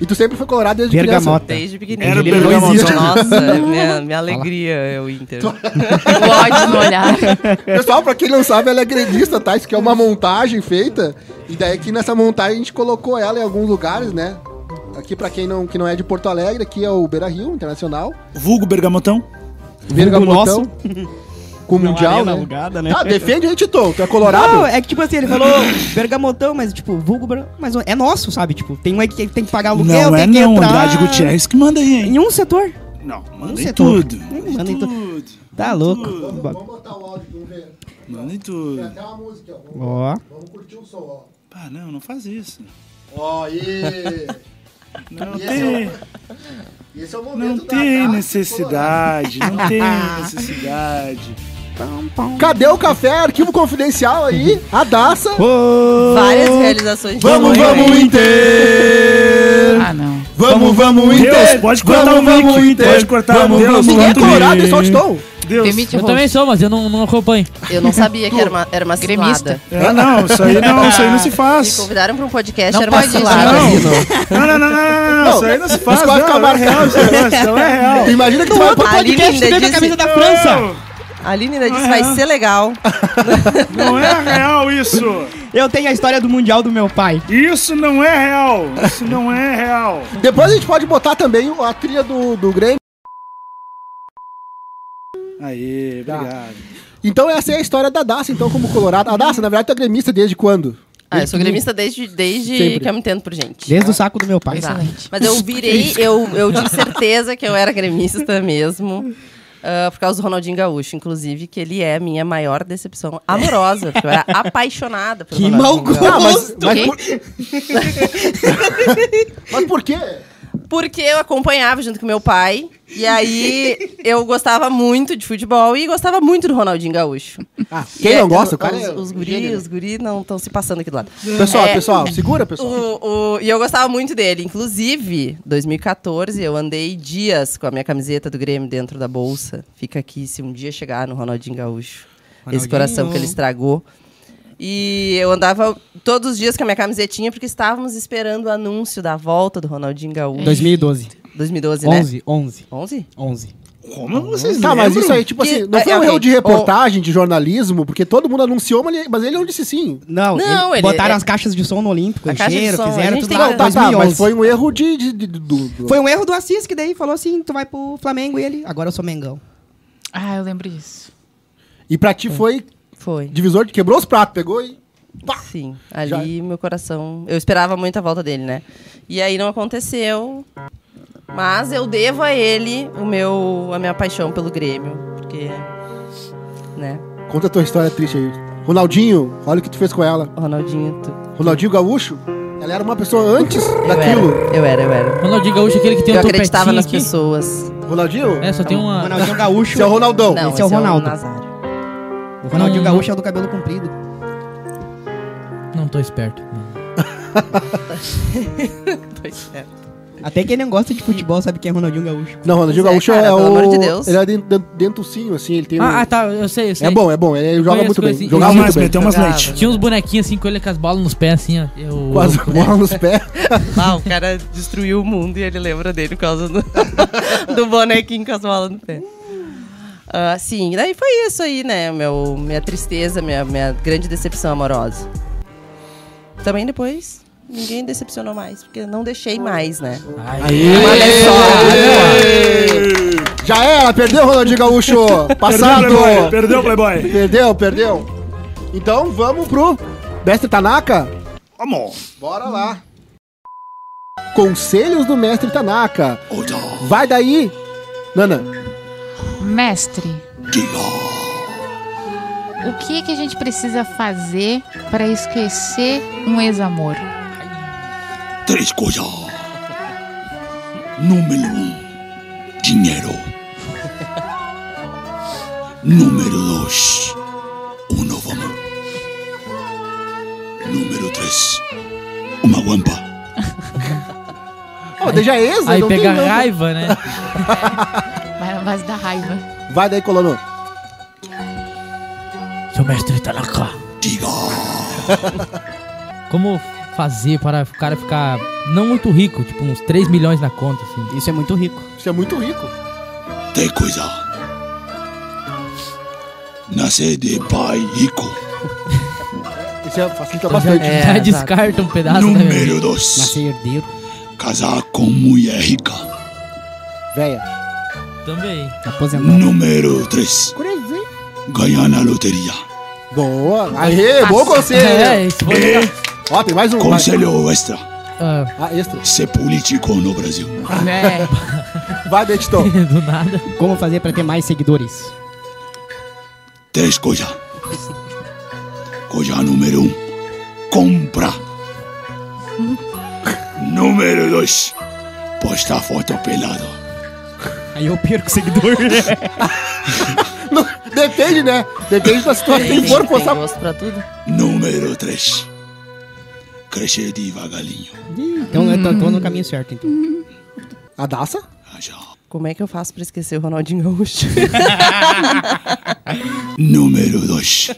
E tu sempre foi colorado desde Bergamota. Desde pequenininho. Era o Ele Bergamota. não existe. Nossa, é minha, minha alegria é o Inter. O ódio no olhar. criança. Pessoal, pra quem não sabe, ela é gremista, tá? Isso aqui é uma montagem feita. E daí que nessa montagem a gente colocou ela em alguns lugares, né? Aqui pra quem não, que não é de Porto Alegre, aqui é o Beira Rio Internacional. Vulgo Bergamotão. Bergamotão. Com o Não, Mundial, é arena né? alugada, né? Ah, defende aí, Tito. Tu é Não, colorado? é que tipo assim, ele falou bergamotão, mas tipo, vulgo, ber- mas é nosso, sabe? Tipo, tem um aí que tem que pagar aluguel, Não é tem que não, entrar... Andrade Gutierrez que manda aí, hein? Em um setor. Não, manda Um em setor. tudo. Hum, manda em tudo. Tá louco. botar o áudio, vamos ver. Manda em tudo. uma música, ó. Ó. Vamos curtir o som, ó. Ah, não, não faz isso. Ó, e... Não E é tem, Esse é o momento não tem necessidade, não tem necessidade. Cadê o café? Arquivo confidencial aí. A Daça. Várias realizações. Vamos, de vamos, Inter! Ah, não. Vamos, vamos, Inter! Deus, pode cortar vamos, o mic, vamos, Inter! pode cortar, vamos, Deus, vamos, Ninguém é vamos, colorado, é só Inter. Titão. Deus. Demite o Eu também sou, mas eu não, não acompanho. Eu não sabia que era uma, era uma Gremista. cilada. Ah, não, isso aí não, isso aí não se Me faz. convidaram pra um podcast, Não era uma pode isso, cilada. não. Não, não, não, não, não, não, isso aí não se faz. isso vai ficar Não, não é marcado. real esse negócio, não é real. Tu Imagina que tu vai Tá pro A Aline podcast ainda dentro da disse, camisa da Não, França. a Aline ainda disse, Ah, é. vai ser legal. Não é real isso. Eu tenho a história do Mundial do meu pai. Isso não é real. Isso não é real. Depois a gente pode botar também a trilha do, do Grêmio. Aí, obrigado. Então essa é a história da Daça, então, como colorado. A Daça, na verdade, tu é gremista desde quando? Ah, eu sou gremista desde, desde Sempre. que eu me entendo por gente. Desde o saco do meu pai. Exato. Mas eu virei, eu, eu tinha certeza que eu era gremista mesmo. ah, por causa do Ronaldinho Gaúcho, inclusive, que ele é a minha maior decepção amorosa. porque eu era apaixonada por Que mau Ronaldinho Gaúcho. Ah, mas, mas, quê? por... mas por quê? Porque eu acompanhava junto com meu pai. E aí eu gostava muito de futebol e gostava muito do Ronaldinho Gaúcho. Ah, E quem é- não gosta, o os, cara? é Os, os um guri, gênio. os guri não estão se passando aqui do lado. Pessoal, É. pessoal, segura, pessoal. O- o- e eu gostava muito dele. Inclusive, 2014, eu andei dias com a minha camiseta do Grêmio dentro da bolsa. Fica aqui se um dia chegar no Ronaldinho Gaúcho. Esse Ronaldinho. coração que ele estragou. E eu andava todos os dias com a minha camisetinha, porque estávamos esperando o anúncio da volta do Ronaldinho Gaúcho. 2012. 2012, né? 11, 11, 11? 11. Como vocês Tá, mas lembram? isso aí, tipo Que- assim, não é, foi um ok. erro de reportagem, de jornalismo, porque todo mundo anunciou, mas ele, mas ele não disse sim. Não, Não, ele- ele- botaram é- as caixas de som no Olímpico, A caixa de encheram, som, a fizeram gente tudo tem lá que- em Tá, tá, 2011. mas foi um erro de. de, de- do, do- Foi um erro do Assis, que daí falou assim, tu vai pro Flamengo e ele, agora eu sou Mengão. Ah, eu lembro disso. E pra ti foi Foi. divisor de quebrou os pratos, pegou e. Pá! Sim, ali meu coração. Eu esperava muito a volta dele, né? E aí não aconteceu. Mas eu devo a ele o meu, a minha paixão pelo Grêmio. Porque. Né? Conta a tua história triste aí. Ronaldinho, olha o que tu fez com ela. O Ronaldinho. Tu... Ronaldinho Gaúcho, ela era uma pessoa antes Eu, daquilo. era, eu era, eu era. Ronaldinho Gaúcho, aquele que tem eu um topetinho acreditava nas aqui. pessoas. Ronaldinho? É, só tem uma... Ronaldinho Gaúcho. Esse é o Ronaldão. não, esse é o Ronaldo. Nazário. O Ronaldinho Hum. Gaúcho é o do cabelo comprido. Não tô esperto. Pois é. Até quem não gosta de futebol sabe quem é Ronaldinho Gaúcho. Não, Ronaldinho Pois é, Gaúcho cara, é o. pelo amor de Deus. Ele é dent- dent- dentucinho, assim, ele tem. um- Ah, ah, tá, eu sei, eu sei. é bom, é bom, ele joga conheço, muito bem. conheço. Jogava Meteu umas, muito bem. meteu umas Jogava. leite. Tinha uns bonequinhos assim com ele com as bolas nos pés, assim, ó. Eu, Com as bolas nos pés. Ah, o cara destruiu o mundo e ele lembra dele por causa do, do bonequinho com as malas no pé. Ah, sim, daí foi isso aí, né? Meu, minha tristeza, minha, minha grande decepção amorosa. Também depois, ninguém decepcionou mais, porque não deixei mais, né? Olha só. Já era, perdeu, Ronaldinho Gaúcho. Passado. Perdeu, Playboy. Perdeu, Playboy. Perdeu, perdeu. Então vamos pro Mestre Tanaka. Amor. Bora lá. Conselhos do Mestre Tanaka. Vai daí. Nana. Mestre. o que, que a gente precisa fazer para esquecer um ex-amor? Três coisas. Número um, dinheiro. Número dois, um novo amor. Número três, uma guampa. Ó, deixa exa, Aí não pega tem não. raiva, né? Vai na base da raiva. Vai daí, colono. Seu mestre tá Tanaka. Diga. Como fazer para o cara ficar não muito rico, tipo uns 3 milhões na conta, assim. Isso é muito rico. Isso é muito rico. Tem coisa. Nascer de pai rico. Isso é, facilita Então já, bastante. já descarta um pedaço da minha vida. Número dois, Nascer herdeiro. casar com mulher rica. é. Véia. Também. Aposentado. Número três, ganhar na loteria. Boa. Aê, bom conselho. É, esse foi... Ó, tem mais um. vai. Conselho extra. Ah, Ah, extra. Ser político no Brasil. É. Vai, Betitão. do nada. Como fazer pra ter mais seguidores? Três coisas. Coisa número um, compra. Número dois, postar foto pelado. Aí eu perco seguidor. Não, Depende, né? Depende da situação. Se for postar. gosto pra tudo. Número três, crescer devagarinho. então eu tô, tô no caminho certo, então. A Daça? Ah, já. Como é que eu faço pra esquecer o Ronaldinho Gaúcho? Número dois,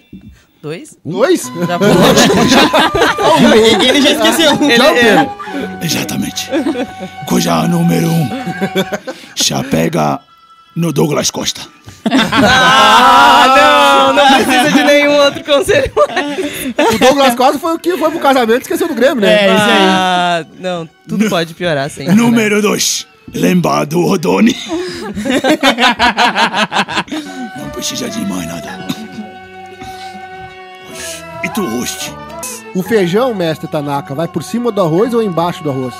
Dois? Um, Dois? Já vou. Ele já esqueceu. Tchau, Pedro. exatamente. Coisa número um, já pega no Douglas Costa. Ah, não, não precisa de é nenhum outro conselho. O Douglas Costa foi o que foi pro casamento e esqueceu do Grêmio, É, né? isso aí. Ah, não, tudo pode piorar sempre. né? Número dois, lembrar do Rodoni. Não precisa de mais nada. Oxe, E tu, hoje? É. O feijão, mestre Tanaka, vai por cima do arroz ou embaixo do arroz?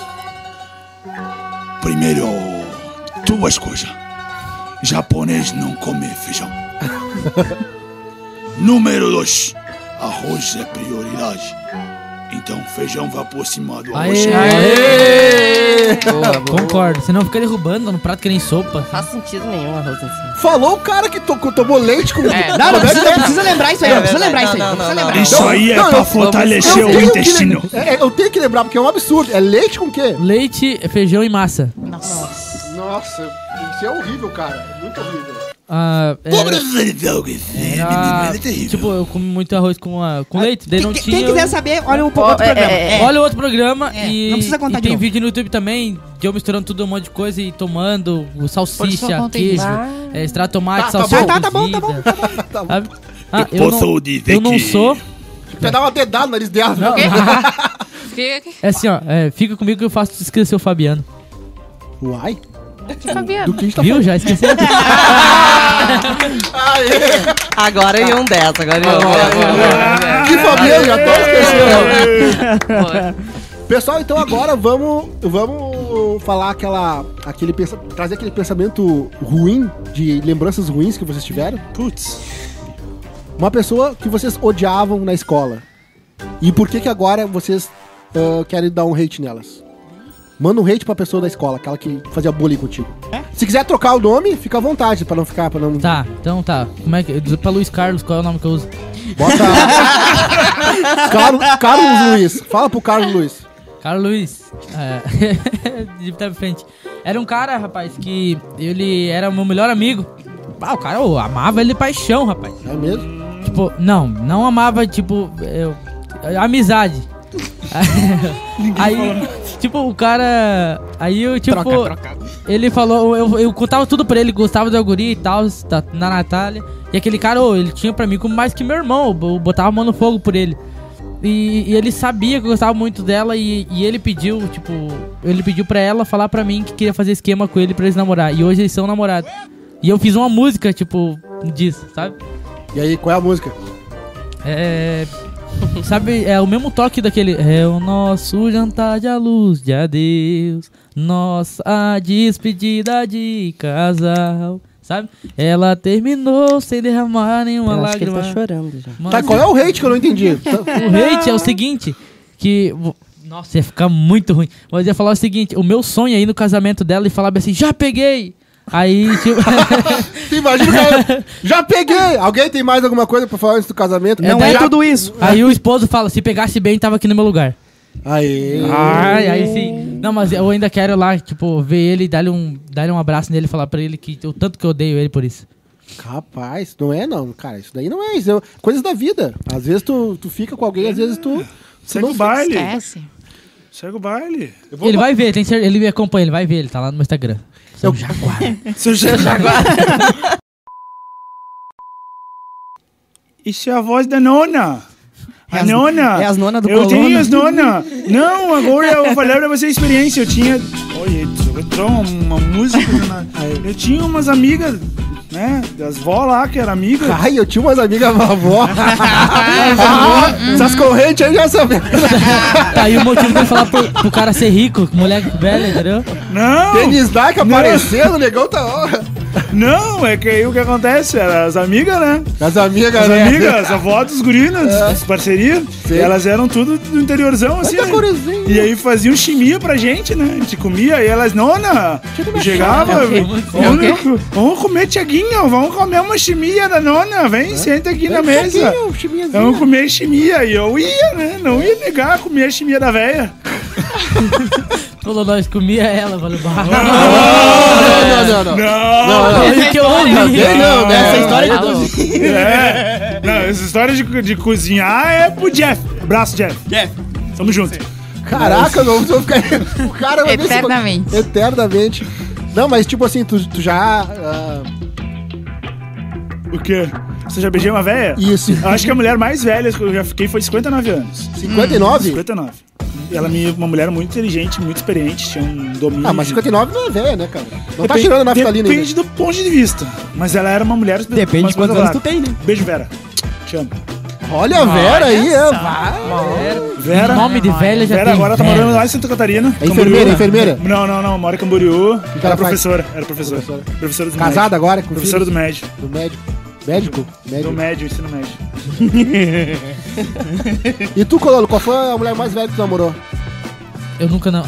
Primeiro, duas coisas. Japonês não come feijão. Número dois, arroz é prioridade. Então, feijão vai por cima do arroz. Aê, Aê! Concordo. Senão fica derrubando no prato que nem sopa. Não faz sentido nenhum arroz em cima. Falou o cara que to- tomou leite com. É, Ah, Não, não Como é que precisa, é? precisa lembrar isso aí, É não precisa verdade, não, lembrar isso aí. não, não precisa não, lembrar não. isso Isso aí é Não, pra eu- Eu fortalecer o tenho que intestino. lem- é, é, eu tenho que lembrar, porque é um absurdo. É leite com o quê? Leite, feijão e massa. Nossa. Nossa, isso é horrível, cara. É Muito horrível. Ah, é- era- Era... tipo, eu comi muito arroz com, a- com leite, daí não É Ah, Quem, tinha. quem quiser saber, olha um pouco Ó, outro é, programa. é, é. Olha o outro programa É, e, não precisa contar e de tem novo. vídeo no YouTube também de eu misturando tudo um monte de coisa e tomando o salsicha, conta aí. queijo, Ah. é, extrato de tomate, Tá, tá salsicha. bom. Tá, tá bom, tá bom, cozida. Tá bom. Ah, ah, Eu eu, posso não, dizer eu não que- sou. Você dá uma dedada no nariz dela. né? Não, Fica É assim, ó. é, fica comigo que eu faço tu esquecer o Fabiano. Uai, Fabiano. do que a gente tá Viu? Já esqueceu. Aê! Agora eu ia um 10, agora eu ia um 10. Que Fabiano, já tô esquecendo. Boa. Pessoal, então agora vamos, vamos falar aquela, aquele pensa- trazer aquele pensamento ruim de lembranças ruins que vocês tiveram. Putz. Uma pessoa que vocês odiavam na escola. E por que que agora vocês ah, querem dar um hate nelas? Manda um hate pra pessoa da escola, aquela que fazia bullying contigo. Se quiser trocar o nome, fica à vontade, pra não ficar, pra não... tá, então tá. Como é que. eu- Pra Luiz Carlos, qual é o nome que eu uso? Bota... Car- Carlos Luiz. Fala pro Carlos Luiz. Cara Luiz, é, de tá pra frente. Era um cara, rapaz, que ele era o meu melhor amigo. Ah, o cara eu amava ele de paixão, rapaz. É mesmo? Tipo, não, não amava, tipo, eu, amizade. aí, tipo, o cara. Aí eu, tipo. Ele falou, eu, eu contava tudo pra ele, gostava do guri e tal, da, da Natália. E aquele cara, ô, ele tinha pra mim como mais que meu irmão, eu bo- botava a mão no fogo por ele. E, e ele sabia que eu gostava muito dela e, e ele pediu, tipo, ele pediu pra ela falar pra mim que queria fazer esquema com ele pra eles namorar. E hoje eles são namorados. E eu fiz uma música, tipo, disso, sabe? E aí, qual é a música? É. Sabe, é o mesmo toque daquele. É o nosso jantar de à luz de adeus. Nossa despedida de casal. sabe? Ela terminou sem derramar nenhuma Eu acho que ele lágrima. tá chorando já. Mano, Tá, qual é o hate que eu não entendi? Tá- o hate é o seguinte, que... vo- Nossa, ia ficar muito ruim. Mas ia falar o seguinte, o meu sonho é ir no casamento dela e falar bem assim, já peguei! Aí, tipo... Tu imagina o cara. Já peguei! Alguém tem mais alguma coisa pra falar antes do casamento? É Não é daí- tudo isso. aí o esposo fala, se pegasse bem, tava aqui no meu lugar. Aí. Ai, aí sim. Não, mas eu ainda quero lá, tipo, ver ele, dar-lhe um, dar um abraço nele e falar pra ele que o tanto que eu odeio ele por isso. Rapaz, não é não, cara. Isso daí não é isso. É coisas da vida. Às vezes tu, tu fica com alguém, às vezes tu. Segue não o baile. Esquece. Segue o baile. Ele vai ver, tem cer- ele me acompanha, ele vai ver, ele tá lá no meu Instagram. Sou um jaguar. Seu Jaguar. Isso é a voz da nona. A É as- nona. é as nona do Eu Colônia. tenho as nona. Não, agora eu falei pra você a experiência. Eu tinha... Olha, entrou uma, uma música. na- Eu tinha umas amigas, né? Das vó lá, que era amiga. Ai, eu tinha umas amigas vovó. Essas correntes aí já sabem. Tá aí o motivo de eu falar pro, pro cara ser rico, moleque velho, entendeu? Não! Denis Dyke Não. aparecendo, negão tá. ó. Não, é que aí o que acontece? Era as amigas, né? As amigas, As né? amigas, a avó dos gurinas, É. as parcerias, elas eram tudo do interiorzão, assim. Tá né? gurizinho. E aí faziam chimia pra gente, né? A gente comia e elas, nona, chegava, vamos, vamos comer tiaguinho, vamos comer uma chimia da nona, vem, senta aqui na mesa. Chiquinho, chiminhazinha. Vamos comer chimia. E eu ia, né? Não ia negar comer a chimia da véia. Falou, nós comia ela, eu falei, bah. Ah, Não, não, não, não. Não! Ele que eu ouvi. Bem não, né? Essa história de Alô. dois. É. Não, essa história de, de cozinhar é pro Jeff. Abraço, Jeff. Jeff. Tamo junto. Caraca, não vou ficar. O cara vai ver se- Eternamente. Eternamente. Não, mas tipo assim, tu, tu já. ah, O quê? Você já beijou uma véia? isso. Eu acho que a mulher mais velha que eu já fiquei foi 59 anos. 59? 59. E Ela me uma mulher muito inteligente, muito experiente, tinha um domínio. Ah, mas de- 59 não é velha, né, cara? Não tá Depen- tirando naftalina Depende ainda. do ponto de vista. Mas ela era uma mulher. Depende mas de quantos mais anos tu tem, né? Beijo, Vera. Te amo. Olha a Vera aí, é. vai. Vera. Nome de velha já Vera tem agora tá velha. morando lá em Santa Catarina. É enfermeira, enfermeira? Não, não, não. Mora em Camboriú. que ela Era faz? professora. Era professora. Professora. Professora do Casada agora com Professora do filhos? médio. do médico. Médico? Do Médico. médio, ensino médio. E tu, Cololo, qual foi a mulher mais velha que tu namorou? Eu nunca não.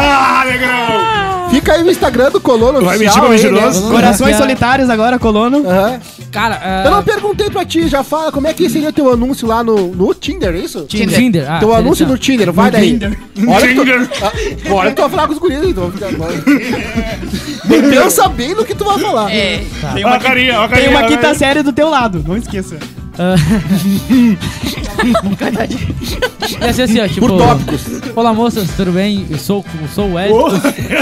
Ah, legal! Fica aí no Instagram do Cololo Vai oficial mentir pra aí, né? mentiroso? Corações solitários agora, colono. Aham. Cara, Eu não ah, perguntei pra ti, já fala como é que seria teu anúncio lá no, no Tinder, é isso? Tinder. Tinder, ah, teu seleção. anúncio no Tinder, vai daí. Olha que tu, Tinder. ah, olha que tu vai falar com os guris, então. É. Pensa bem no que tu vai falar. Tem Ah, Ó uma, a carinha, ó a tem carinha. uma tá ó a quinta carinha. série do teu lado, não esqueça. ia ser assim, ó, tipo... Por tópicos. Olá, moças, tudo bem? Eu sou, eu sou o Ed.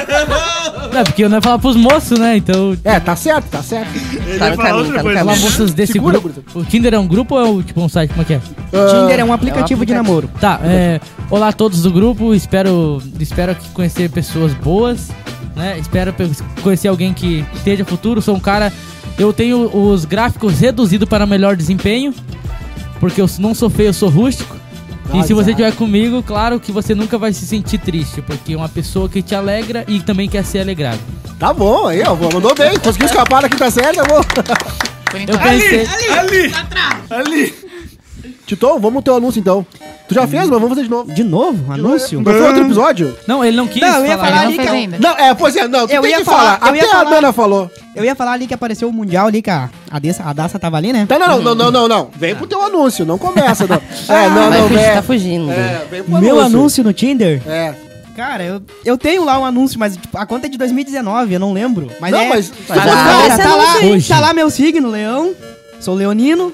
Não, porque eu não ia falar pros moços, né? Então... É, tá certo, tá certo. Ele Tá vai no falar caminho, tá outra no coisa. Olá, moças desse Segura, grupo. Bruno. O Tinder é um grupo ou é um, tipo um site? Como é que é? Tinder é um aplicativo de namoro. Tá, é, olá a todos do grupo, espero, espero que conhecer pessoas boas, né? Espero pe- conhecer alguém que esteja futuro, sou um cara... Eu tenho os gráficos reduzidos para melhor desempenho, porque eu não sou feio, eu sou rústico. E se você estiver comigo, claro que você nunca vai se sentir triste, porque é uma pessoa que te alegra e também quer ser alegrado. Tá bom, aí, ó, mandou bem. Conseguiu escapar da quinta série, tá bom. Por Eu enquanto. pensei... Ali! Ali! Titão, vamos no teu anúncio, então. Tu já fez, mas vamos fazer de novo. De novo? é. Anúncio? Não foi outro episódio? Não, ele não quis Não, eu ia falar. falar ele Não ali, fez cara. ainda. Não, é, pois é, não, tu Eu tem ia que falar, falar. eu ia Até a falar. Nana falou. Eu ia falar ali que apareceu o Mundial ali, que a, a, Dessa, a Daça tava ali, né? Tá, não, não, não, não, não, não. Tá. Vem pro teu anúncio, não começa, não. Ah, É, não, Vai não, fugir, tá vem. fugindo. É, vem pro Meu anúncio no Tinder? É. Cara, eu, eu tenho lá um anúncio, mas tipo, a conta é de 2019, eu não lembro. Mas não, é, mas. Tá mas- lá, Fala cara, esse tá lá, anúncio aí. tá lá meu signo, leão. Sou leonino.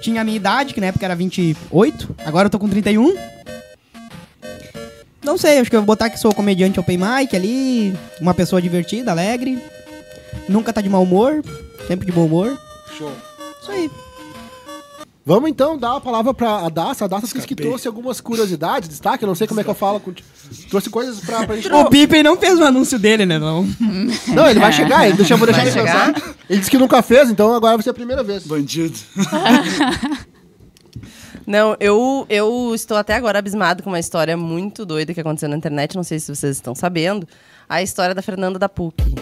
Tinha a minha idade, que na época era 28. Agora eu tô com 31. Não sei, acho que eu vou botar que sou comediante open mic ali. Uma pessoa divertida, alegre. Nunca tá de mau humor. Sempre de bom humor. Show. Isso aí. Vamos então dar a palavra pra a Daça. A Daça disse que trouxe algumas curiosidades, destaque, eu não sei como é que eu falo. com- Trouxe coisas pra, pra gente. O Pippen não fez o anúncio dele, né, não? Não, ele vai chegar, ele deixa, eu vou deixar Vai ele pensar. Ele disse que nunca fez, então agora vai ser a primeira vez. Bandido. Não, eu, eu estou até agora abismado com uma história muito doida que aconteceu na internet. Não sei se vocês estão sabendo. A história da Fernanda da PUC.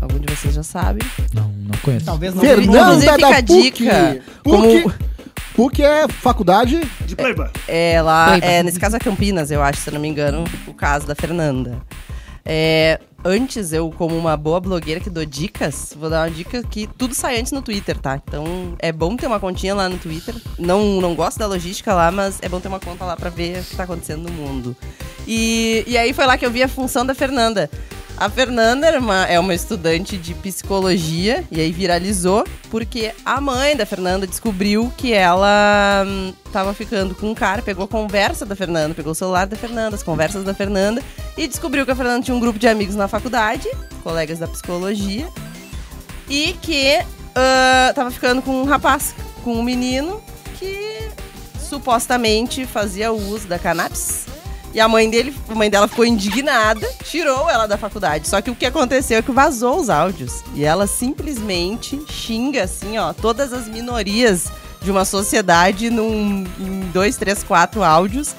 Algum de vocês já sabe. Não, não conheço. Talvez não. Fernanda Inclusive, da fica a PUC. dica, PUC. como- PUC é faculdade. De playboy. Ela Oi, é, Bárbara. nesse caso é Campinas, eu acho, se eu não me engano, o caso da Fernanda. É, antes, eu, como uma boa blogueira que dou dicas, vou dar uma dica que tudo sai antes no Twitter, tá? Então é bom ter uma continha lá no Twitter. Não, não gosto da logística lá, mas é bom ter uma conta lá pra ver o que tá acontecendo no mundo. E, e aí foi lá que eu vi a função da Fernanda. A Fernanda era uma- é uma estudante de psicologia e aí viralizou porque a mãe da Fernanda descobriu que ela hum, tava ficando com um cara, pegou a conversa da Fernanda, pegou o celular da Fernanda, as conversas da Fernanda e descobriu que a Fernanda tinha um grupo de amigos na faculdade, colegas da psicologia, e que ah, tava ficando com um rapaz, com um menino que supostamente fazia uso da cannabis. E a mãe dele, a mãe dela ficou indignada, tirou ela da faculdade. Só que o que aconteceu é que vazou os áudios. E ela simplesmente xinga, assim, ó, todas as minorias de uma sociedade num, em dois, três, quatro áudios.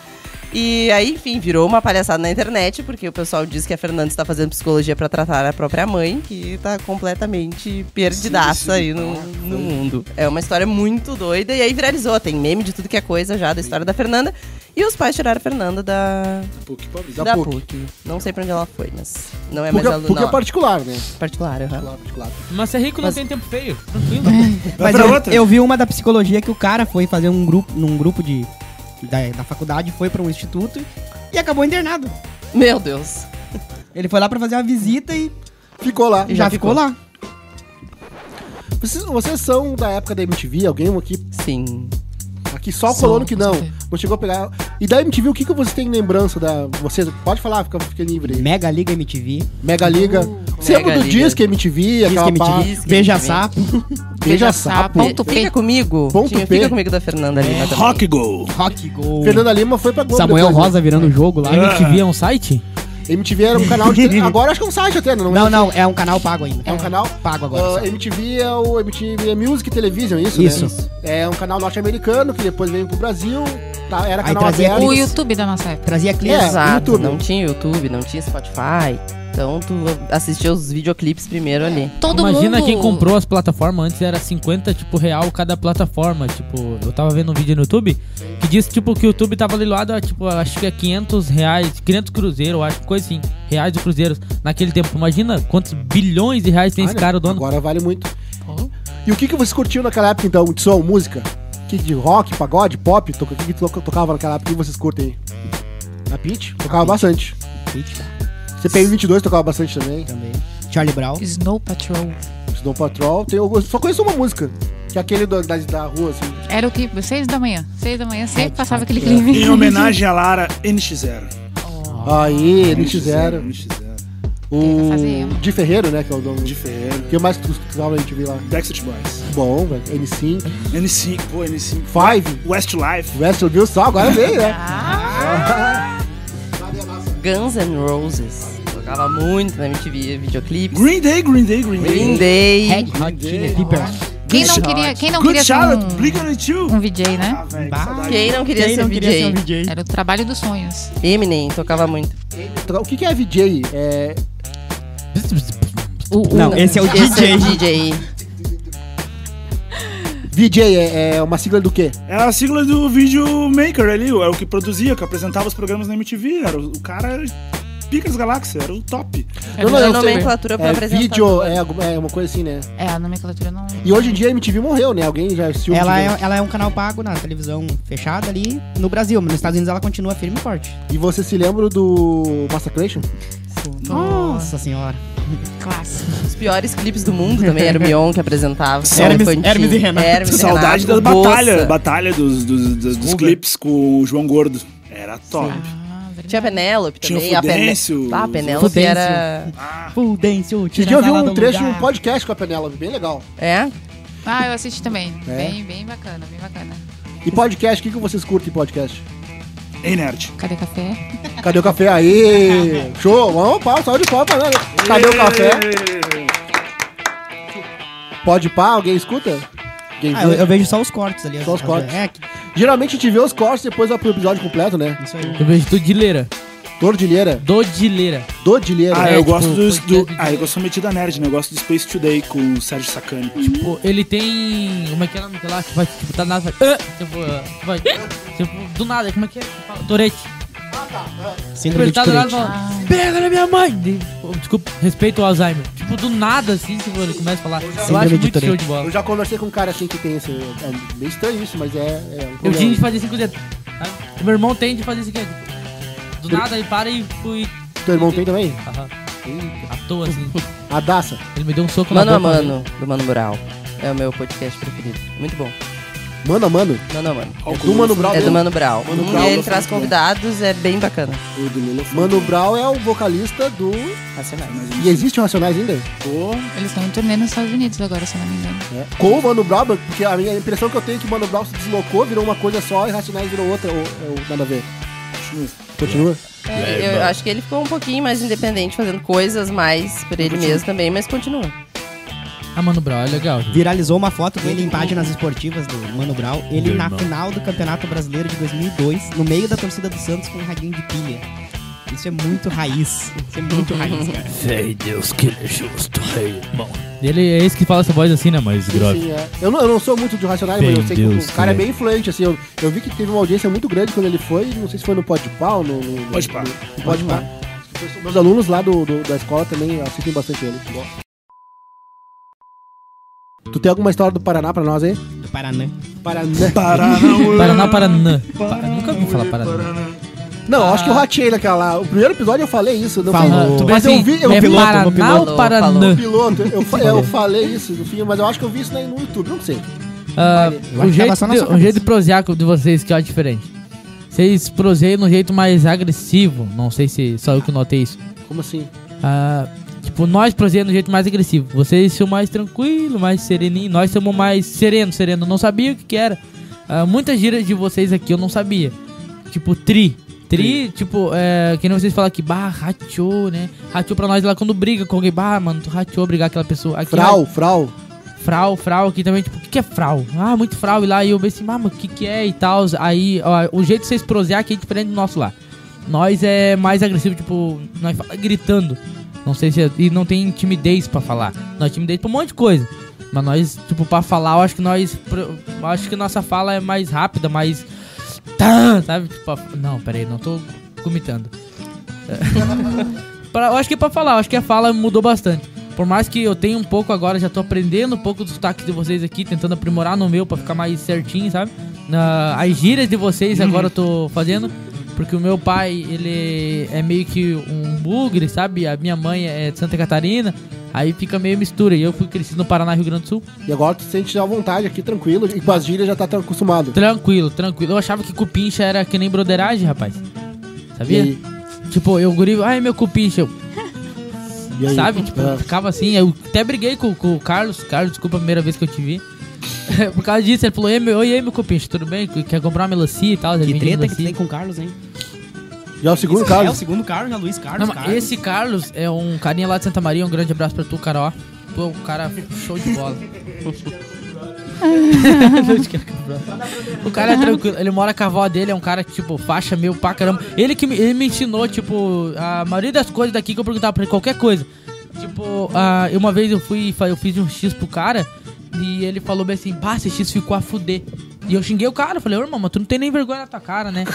E aí, enfim, virou uma palhaçada na internet, porque o pessoal diz que a Fernanda está fazendo psicologia para tratar a própria mãe, que tá completamente perdidaça aí tá. no, no mundo. É uma história muito doida, e aí viralizou. Tem meme de tudo que é coisa já da história da Fernanda. E os pais tiraram a Fernanda da, PUC, da, PUC. Não sei pra onde ela foi, mas não é mais PUC, é- aluna PUC é lá. particular, né? particular. aham. Particular, particular. Mas se é rico, não Mas- tem tempo feio. Tranquilo. Vai Mas pra eu, outra? eu vi uma da psicologia que o cara foi fazer um grupo, num grupo de, da, da faculdade, foi pra um instituto e acabou internado. Meu Deus. Ele foi lá pra fazer uma visita e Ficou lá. E já, já ficou, ficou. lá. Vocês, vocês são da época da MTV? Alguém aqui, Sim. aqui só Sou, falando que com não. certeza. Não chegou a pegar. E da MTV, o que, que você tem lembrança da. Você pode falar, fica, fica livre. Mega Liga MTV, Mega Liga. Sempre Mega do Liga. Disque MTV, Disque aquela pá. MTV, Disque Beija MTV. Sapo, Beija Sapo. Ponto Fica P. comigo. Ponto Tinha- P. É. Fica comigo da Fernanda Lima também. Rock Go. Rock Go, Fernanda Lima foi pra Globo. Samuel depois, né? Rosa virando o jogo lá. A MTV é um site? MTV era um canal de. Agora acho que é um site até, não Não, não, é um canal pago ainda. É um canal? pago agora. Ah, só. MTV é o MTV é Music Television, isso? né? Isso. É um canal norte-americano que depois veio pro Brasil. tá? era Aí canal trazia aberto. O YouTube da nossa época. Trazia clientes. Exato. YouTube. Não tinha YouTube, não tinha Spotify. Então tu assistia os videoclipes primeiro ali. Todo Imagina mundo... quem comprou as plataformas antes era 50, tipo, real cada plataforma. Tipo, eu tava vendo um vídeo no YouTube que disse, tipo, que o YouTube tava leiloado, a, tipo, acho que é 500 reais, 500 cruzeiro, acho, coisa assim, reais de cruzeiros naquele tempo. Imagina quantos bilhões de reais tem esse Olha, cara, o dono. Agora vale muito. E o que, que você curtiu naquela época, então, de som, música? Que de rock, pagode, pop? toca- O que, que to- tocava naquela época que vocês curtem? Ah, Na Pitch? Tocava bastante. CPM22 tocava bastante também. tá, Também. Charlie Brown. Snow Patrol. Snow Patrol. Tem, eu só conheço uma música, que é aquele do- da, da rua, assim. Era o que? Seis da manhã. Seis da manhã sempre passava aquele É. Em clipe. homenagem à Lara, NX0. Aí, eles fizeram. NX0. O Fazer emo. de Ferreiro, né? Que é o dono. De ferro. O que mais que tu escutava na MTV lá? Backstreet Boys. Bom, velho. N5, N5, pô, N5. Five, Westlife. Western viu só, agora veio, né? Ah, Guns N' Roses. Tocava muito na MTV videoclipes. Green Day, Green Day, Green Day. Green Day. Red Hot Chili Peppers. É, Quem não queria, quem não Good queria ser Charlotte, um, Blink-182. um VJ, né? Ah, velho, que Bah. saudade. Quem não queria Quem ser não queria VJ? ser um VJ? Era o trabalho dos sonhos. Eminem tocava muito. O que, que é VJ? É. O, o- Não, esse é o Esse é DJ. o DJ. VJ é, é uma sigla do quê? Era a sigla do videomaker ali, era o que produzia, que apresentava os programas na MTV. Era o, o cara pica das galáxias, era o top. É Não, não, A eu sei. nomenclatura pra É apresentar. vídeo, é, alguma- é uma coisa assim, né? É, a nomenclatura não. E hoje em dia a MTV morreu, né? Alguém já assistiu? Ela é, MTV? ela é um canal pago na televisão fechada ali no Brasil, mas nos Estados Unidos ela continua firme e forte. E você se lembra do Massacration? Nossa senhora. Clássico. Os piores clipes do mundo também era o Mion que apresentava. só Hermes- infantil. Hermes e Renato. Hermes e Saudade das Renato, batalhas, Bossa. batalha dos, dos, dos, dos clipes com o João Gordo. Era top. Ah, verdade. Tinha a Penélope Tinha o também. a Pené- Fudêncio. Ah, a Penélope Fudêncio. era... Fudêncio, Vocês já ouviu um trecho de um podcast com a Penélope, bem legal. É? Ah, eu assisti também. É? Bem, bem bacana, bem bacana. E podcast, o que, que vocês curtem em podcast? Ei, nerd. Cadê café? Cadê o café? Aí! Show! Vamos, pau, salve de pau, pra nós. Cadê o café? Pode pá, alguém escuta? Alguém Ah, eu, vê? eu vejo só os cortes ali. Só os as- cortes. É, que- Geralmente a gente vê os cortes e depois vai pro episódio completo, né? isso aí. Eu vejo tudo de leira. Tordilheira. Dodileira. Dodilheira. Ah, É, eu tipo, gosto dos- do. podcast. Ah, eu gosto metido a nerd, né? Eu gosto do Space Today com o Sérgio Sacani. Tipo, ele tem. Como é que é o nome dele lá? Que vai, tipo, tá nada. Vai, tipo, ah, vai, tipo, do nada, como é que é? Fala, Torete. Tipo, Síndrome ele de tá do nada Tourette. falando, pega na minha mãe! De- Pô, Desculpa, respeito ao Alzheimer. Tipo, do nada assim, tipo, ele começa a falar. Eu Síndrome acho de muito Tourette. show de bola. Eu já conversei com um cara assim que tem esse. É meio estranho isso, mas é. é um Eu problema. tinha de fazer cinco dedos. sabe? O meu irmão tem de fazer cinco dedos. Do nada ele para e fui. Teu irmão tem também? Aham. À toa, assim. A Daça. Ele me deu um soco Mano na a boca. Mano, do Mano Mural. É o meu podcast preferido. Muito bom. Mano a mano. Mano a Mano. É do Mano Brown. É do Mano Brau. Mano e Brown, ele eu traz gosto muito. convidados, é bem bacana. O do Lula foi Mano Brown é o vocalista do. Racionais. E existe o Racionais ainda? Eles estão em turnê nos Estados Unidos agora, se eu não me engano. Com o Mano Brown, porque a minha impressão que eu tenho é que o Mano Brown se deslocou, virou uma coisa só e Racionais virou outra. Ou, ou nada a ver. Continua. É, eu acho que ele ficou um pouquinho mais independente, fazendo coisas mais por ele mesmo também, mas continua. Ah, Mano Brown, é legal. gente. Viralizou uma foto dele em páginas esportivas do Mano Brown. Ele Meu na irmão. final do Campeonato Brasileiro de 2002, no meio da torcida do Santos, com um radinho de pilha. Isso é muito raiz. Isso é muito raiz, cara. Fé em Deus que ele é justo, rei, irmão. Ele é esse que fala essa voz assim, né? Mas grave. Sim, é. eu, não, eu não sou muito de Racionais, mas Bem eu sei que Deus, o cara é né? bem influente, assim. Eu, eu vi que teve uma audiência muito grande quando ele foi, não sei se foi no Podpah ou no... no Podpah. no- no Podpah. Meus alunos lá do, do- da escola também assistem bastante ele. Tu tem alguma história do Paraná pra nós aí? Do Paraná. Paraná. Paranauê. Paraná, Paraná. Pa- Nunca ouvi falar Paraná. Não, eu acho que eu ratei naquela lá. O primeiro episódio eu falei isso. Não Falou. Sei, Tu bem mas eu assim, vi, eu é vi piloto, Paraná no piloto. ou Paranã? Falou. o piloto. Eu, fa- eu falei isso no fim, mas eu acho que eu vi isso aí no YouTube, não sei. Ah, Eu acho o que jeito, tava só na de, sua o cabeça. jeito prosaico de vocês que é diferente. Vocês proseiam de um jeito mais agressivo. Não sei se só eu que notei isso. Como assim? Ah, tipo, nós proseiamos de um jeito mais agressivo. Vocês são mais tranquilo, mais sereninho. Nós somos mais sereno, sereno. Eu não sabia o que, que era. Ah, muitas gírias de vocês aqui eu não sabia. Tipo, tri. Tri, tipo, é, que nem vocês falam aqui, bah, rachou, né? Rachou pra nós lá quando briga com alguém, bah, mano, tu rachou brigar aquela pessoa. Aqui, Frau, frau. Frau, frau aqui também, tipo, o que, que é frau? Ah, muito frau. E lá e eu pensei, ah, mas o que, que é e tal. Aí, ó, o jeito de vocês prosear aqui é diferente do nosso lá. Nós é mais agressivo, tipo, nós fala gritando. Não sei se. é- E não tem timidez pra falar. Nós timidez pra um monte de coisa. Mas nós, tipo, pra falar, eu acho que nós. pro- eu Acho que nossa fala é mais rápida, mais. Tá, sabe? Tipo, a- não, peraí, não tô comitando. Pra- eu acho que é pra falar, eu acho que a fala mudou bastante. Por mais que eu tenha um pouco agora, já tô aprendendo um pouco do sotaque de vocês aqui, tentando aprimorar no meu pra ficar mais certinho, sabe? Na- as gírias de vocês agora eu tô fazendo, porque o meu pai, ele é meio que um bugre, sabe? A minha mãe é de Santa Catarina, aí fica meio mistura. E eu fui crescido no Paraná, Rio Grande do Sul. E agora tu sente já à vontade aqui, tranquilo. E com as gírias já tá tão acostumado. Tranquilo, tranquilo. Eu achava que cupincha era que nem broderagem, rapaz. Sabia? E, Tipo, eu guri, ai meu cupincha. Eu, e aí? Sabe? Tipo, É. ficava assim. Eu até briguei com, com o Carlos. Carlos, desculpa a primeira vez que eu te vi. Por causa disso, ele falou: Ei, meu, oi, ei, meu cupincha, tudo bem? Quer comprar uma melancia e tal? ele Que vendia treta que tu melancia. tem com o Carlos, hein? Já é o segundo Isso É o caso. segundo Carlos, já Luiz Carlos. Não, mas Carlos. esse Carlos é um carinha lá de Santa Maria, um grande abraço pra tu, cara, ó. Tu é um cara show de bola. é o cara é tranquilo, ele mora com a avó dele, é um cara que, tipo, faixa meio pra caramba. Ele que me, ele me ensinou, tipo, a maioria das coisas daqui que eu perguntava pra ele, qualquer coisa. Tipo, ah, uma vez eu fui, fa- eu fiz um X pro cara e ele falou bem assim, pá, esse X ficou a fuder. E eu xinguei o cara, eu falei, ô irmão, mas tu não tem nem vergonha na tua cara, né?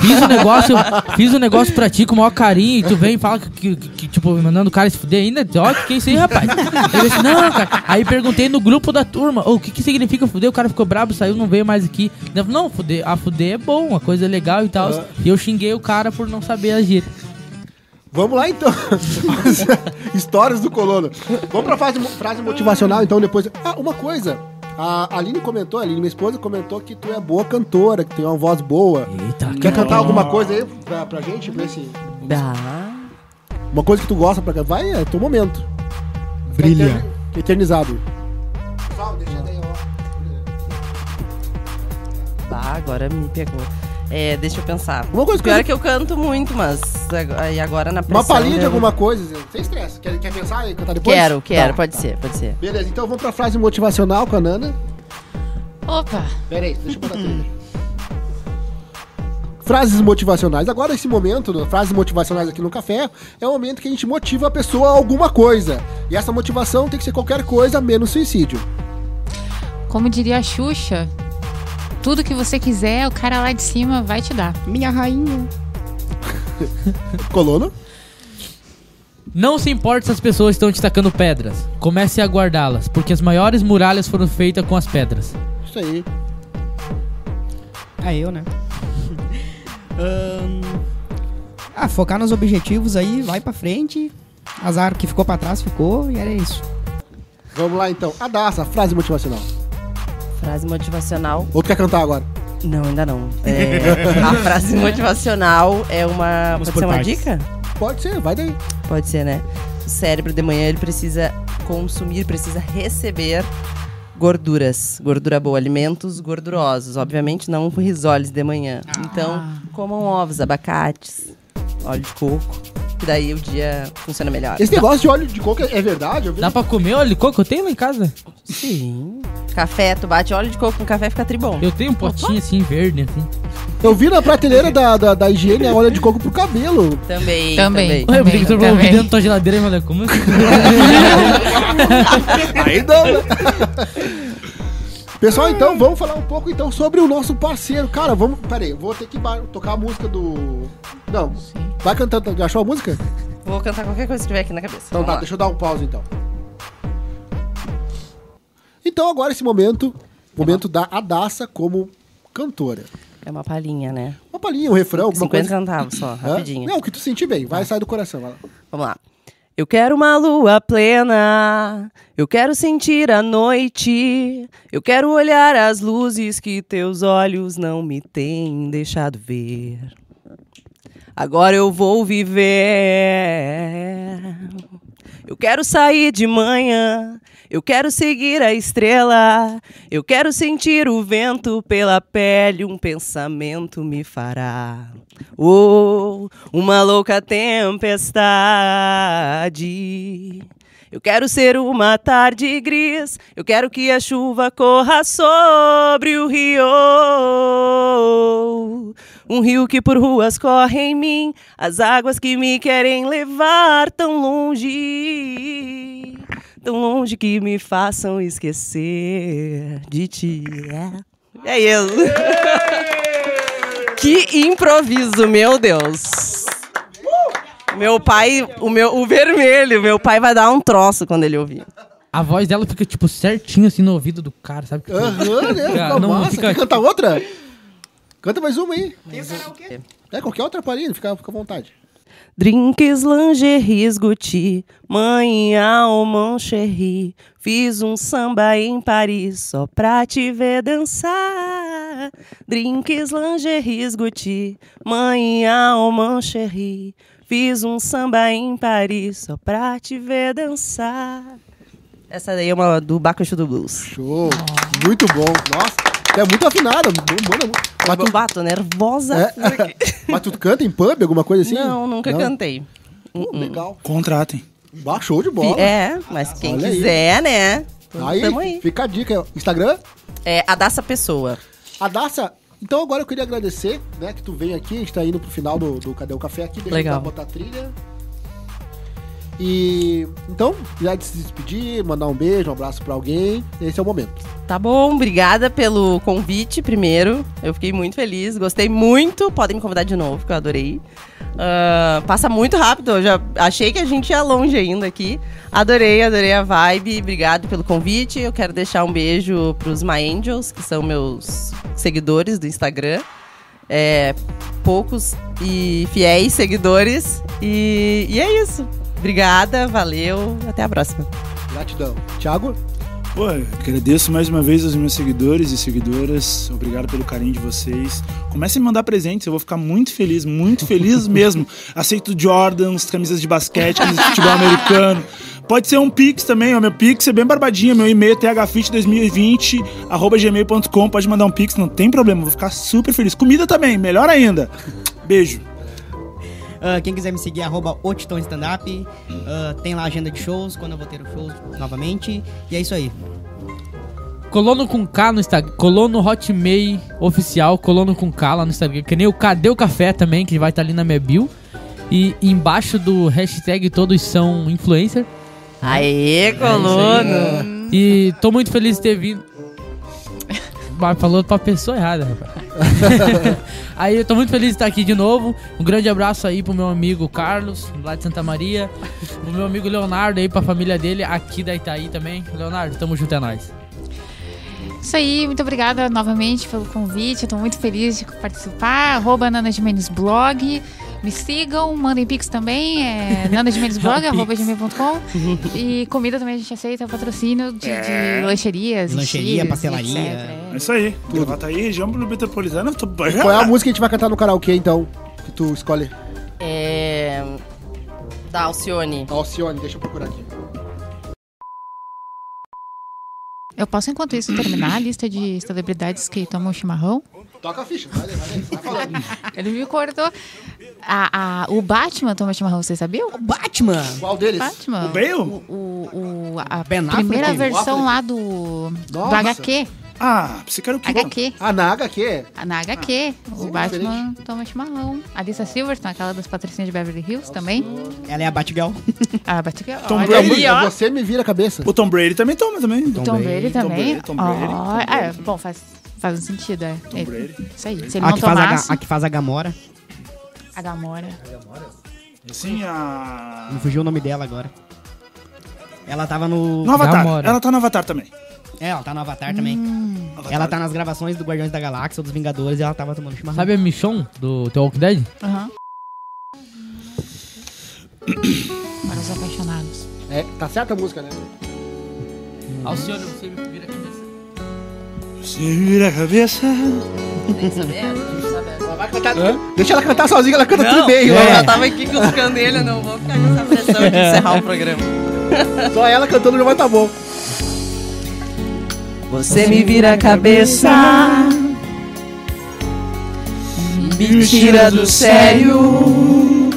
Fiz um negócio, fiz um negócio pra ti com o maior carinho e tu vem e fala que, que- que, tipo, mandando o cara se fuder ainda, ó, que que é isso aí, rapaz? Eu disse, não, cara. Aí perguntei no grupo da turma, ô, o que que significa fuder? O cara ficou brabo, saiu, não veio mais aqui. Ele falou, não, fuder, a fuder é bom, uma coisa legal e tal. E eu xinguei o cara por não saber agir. Vamos lá então. As Histórias do colono. Vamos pra frase, frase motivacional então depois. Ah, uma coisa. A Aline comentou, a Aline, minha esposa, comentou que tu é boa cantora, que tem uma voz boa. Eita, Quer cantar alguma coisa aí pra, pra gente? Pra esse- Dá. Uma coisa que tu gosta pra cantar? Vai, é teu momento. Fica Brilha. eterni- Eternizado. Bah, agora me pegou. É, deixa eu pensar. Uma coisa que Pior eu- que eu canto muito, mas ag- aí agora na pressão... Uma palhinha de eu- alguma coisa, Zé. sem estresse. Quer, quer pensar e cantar depois? Quero, quero, Tá, pode tá. ser, pode ser. Beleza, então vamos pra frase motivacional com a Nana. Opa! Pera aí, deixa eu botar a trilha. frases motivacionais. Agora, esse momento, do- frases motivacionais aqui no café, é o momento que a gente motiva a pessoa a alguma coisa. E essa motivação tem que ser qualquer coisa menos suicídio. Como diria a Xuxa, tudo que você quiser, o cara lá de cima vai te dar. Minha rainha. Colono? Não se importe se as pessoas estão te tacando pedras. Comece a guardá-las, porque as maiores muralhas foram feitas com as pedras. Isso aí. Ah, eu, né? Ahn, ah, focar nos objetivos aí, vai pra frente. Azar, o que ficou pra trás ficou, e era isso. Vamos lá então. A Daça, frase motivacional. Frase motivacional. Outro quer cantar agora. Não, ainda não. É, a frase motivacional é uma. Vamos pode por ser uma partes. dica? Pode ser, vai daí. Pode ser, né? O cérebro de manhã ele precisa consumir, precisa receber gorduras, gordura boa, alimentos gordurosos, obviamente não risoles de manhã. Então, comam ovos, abacates, óleo de coco, que daí o dia funciona melhor. Esse negócio de óleo de coco é é verdade? Eu vi- Dá pra comer óleo de coco? Eu tenho lá em casa. Sim. Café, tu bate óleo de coco com café, fica tribom. Eu tenho um potinho assim, verde, assim. Eu vi na prateleira da, da, da higiene a óleo de coco pro cabelo. Também, Também. também. Ué, eu pensei que tu falou, também. dentro da tua geladeira, mano. Como assim? Aí não, né? Pessoal, então, vamos falar um pouco então sobre o nosso parceiro. Cara, vamos. Pera aí, eu vou ter que ba- tocar a música do. Não. Vai cantando. Já achou a música? Vou cantar qualquer coisa que tiver aqui na cabeça. Então Vamos tá, lá. deixa eu dar um pause então. Então agora esse momento. Momento da Adaça como cantora. É uma palhinha, né? Uma palhinha, um refrão, alguma 50 coisa. centavos só, Hã? rapidinho. Não, o que tu sentir bem. Vai sair do coração. vai lá. Vamos lá. Eu quero uma lua plena, eu quero sentir a noite, eu quero olhar as luzes que teus olhos não me têm deixado ver. Agora eu vou viver. Eu quero sair de manhã, eu quero seguir a estrela, eu quero sentir o vento pela pele, um pensamento me fará. Oh, uma louca tempestade. Eu quero ser uma tarde gris, eu quero que a chuva corra sobre o rio. Um rio que por ruas corre em mim, as águas que me querem levar tão longe, tão longe que me façam esquecer de ti. É, é isso. que improviso, meu Deus. Meu pai, o meu, o vermelho, meu pai vai dar um troço quando ele ouvir. A voz dela fica, tipo, certinho assim no ouvido do cara, sabe? Tipo, Aham, né? Cara, Fica não massa. fica- Quer cantar outra? Canta mais uma aí. É, qualquer outra palhinha, fica, fica à vontade. Drinks, lingeries, Gucci, mãe, almond, cherry. Fiz um samba em Paris só pra te ver dançar. Drinks, lingeries, Gucci, mãe, almond, cherry. Fiz um samba em Paris só pra te ver dançar. Essa daí é uma do Bacucho do Blues. Show. Muito bom. Nossa, tu é muito afinada. Boa, boa, Mas Eu tu, bato nervosa. é. Mas tu canta em pub, alguma coisa assim? Tá Não, nunca cantei. Pô, legal. Contratem. Bah, show de bola. É, mas quem Olha aí. quiser, né? Aí, Tamo aí. fica a dica. Instagram, É, a dessa pessoa. a Daça. Então agora eu queria agradecer, né, que tu vem aqui, a gente tá indo pro final do, do Cadê o Café aqui, deixa Legal. eu botar a trilha. E então, já de se despedir, mandar um beijo, um abraço pra alguém, esse é o momento. Tá bom, obrigada pelo convite primeiro. Eu fiquei muito feliz, gostei muito. Podem me convidar de novo, que eu adorei. Ah, passa muito rápido, eu já achei que a gente ia longe ainda aqui. Adorei, adorei a vibe. Obrigado pelo convite. Eu quero deixar um beijo pros My Angels, que são meus seguidores do Instagram. É, poucos e fiéis seguidores. E, e é isso. Obrigada, valeu. Até a próxima. Gratidão. Thiago, Pô, agradeço mais uma vez aos meus seguidores e seguidoras. Obrigado pelo carinho de vocês. Comecem a me mandar presentes, eu vou ficar muito feliz, muito feliz mesmo. Aceito Jordans, camisas de basquete, camisas de futebol americano. Pode ser um Pix também, ó. Meu Pix é bem barbadinho. Meu e-mail é thfit2020, arroba gmail.com. Pode mandar um Pix, não tem problema. eu Vou ficar super feliz. Comida também, melhor ainda. Beijo. Ah, quem quiser me seguir, arroba Otitão Standup. Ah, tem lá a agenda de shows, quando eu vou ter os shows novamente. E é isso aí. Colono com K no Instagram. Colono Hotmail oficial. Colono com K lá no Instagram. Que nem o Cadê o Café também, que vai estar ali na minha bio. E embaixo do hashtag todos são influencer. Aê, É colono! E tô muito feliz de ter vindo. Mas Falou pra pessoa errada, rapaz. aí eu tô muito feliz de estar aqui de novo. Um grande abraço aí pro meu amigo Carlos, lá de Santa Maria. Pro meu amigo Leonardo aí, pra família dele, aqui da Itaí também. Leonardo, tamo junto, é nóis. Isso aí, muito obrigada novamente pelo convite. Eu tô muito feliz de participar. Arroba Nana Jimenez Blog. Me sigam, mandem pix também. É Nana Jimenez Blog, arroba gmail.com. E comida também a gente aceita, é patrocínio de, de lancherias. É. Lancheria, estilos, pastelaria. etc, é. É isso aí. Gravata aí, região metropolitana. Tô... Qual Ah! é a música que a gente vai cantar no karaokê, então? Que tu escolhe. É. Da Alcione. Tá Alcione, deixa eu procurar aqui. Eu posso, enquanto isso, terminar a lista de celebridades que tomam chimarrão? Toca a ficha, vai, vai, vai falando. Ah, Ele me cortou. A- a- o Batman toma chimarrão, vocês sabiam? O Batman! Qual deles? Batman. O Bale? O, o- o- a Ben Affleck? primeira O versão Affleck? lá do, do Nossa. HQ. Ah, você quer o quê? HQ. A Naga é aqui. Na HQ, o sim, Batman toma chimarrão. A Lisa Silverton, aquela das patricinhas de Beverly Hills também. Ah, Ela é a Batgirl. A Batgirl. Tom olha Brady. aí, ó. Você me vira a cabeça. O Tom Brady também toma também. Tom, Brady também. Tom Brady, Ó, Tom Brady, Tom é, Brady. bom, faz, faz um sentido, é. É, Brady. Isso aí. Se ele A não que, faz a, tomasse, Ga- a, a que faz a Gamora. Gamora. Sim, Assim, a. Me fugiu o nome dela agora. Ela tava no. No Avatar. Gamora. Ela tá no Avatar também. É, ela tá no Avatar também. Avatar. Ela tá nas gravações do Guardiões da Galáxia, ou dos Vingadores, e ela tava tomando chimarrão. Sabe a Michon do The Walking Dead? Aham. Para os apaixonados. É, tá certa a música, né? Alcione, você me vira a cabeça. Você vira a cabeça. Deixa ela cantar sozinha, ela canta tudo Não, é. bem. eu É. né? já tava aqui cutucando ele, eu não vou ficar com essa pressão de encerrar o programa. Só ela cantando já vai tá bom. Você me vira a cabeça, me tira do sério,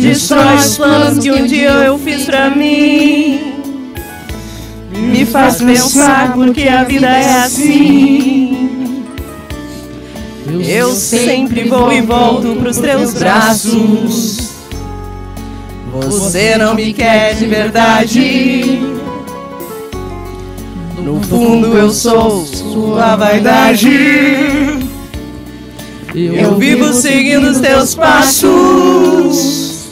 destrói os planos que um dia eu fiz pra mim, me faz pensar porque a vida é assim. Eu sempre vou e volto pros teus braços. Você não me quer de verdade. No fundo eu sou sua vaidade. Eu, Eu vivo seguindo os teus passos.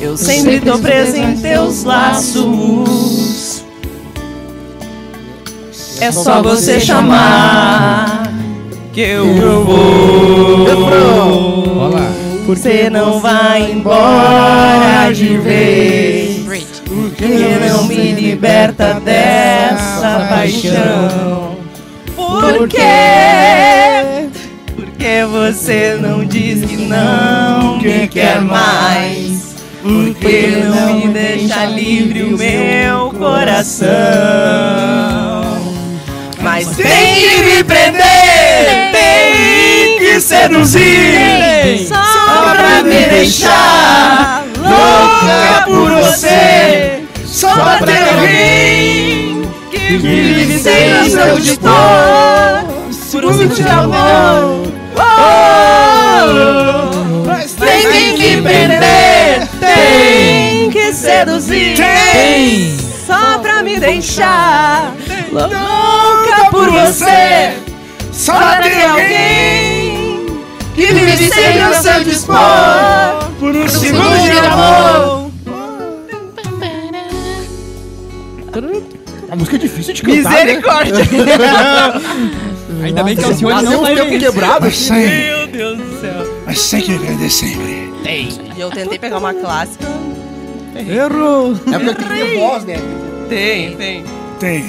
Eu sempre tô presa em teus laços. É só você chamar que eu vou. Olá. Você não vai embora de vez. Porque não me liberta dessa paixão. Por quê? Porque você não diz que não me quer É mais. Porque não me deixa livre o meu coração. Mas tem que me prender, tem que seduzir, só pra me deixar louca por você, só pra ter alguém que vive sem a seu dispor, segundo um de amor. Oh, mas tem que me prender, tem que seduzir, Tem! só pra me deixar louca por você. Só tem alguém que vive sempre ao seu dispor. Por um Segundo de amor, A música é difícil de cantar, né? misericórdia. Ainda bem que é a Ela Alcione deu um tempo quebrado. Mas sem. Meu Deus do céu. Mas sem que me prender sempre. Eu tentei pegar uma clássica. Errou! É porque tem que ter voz, né? Tem, tem. Tem.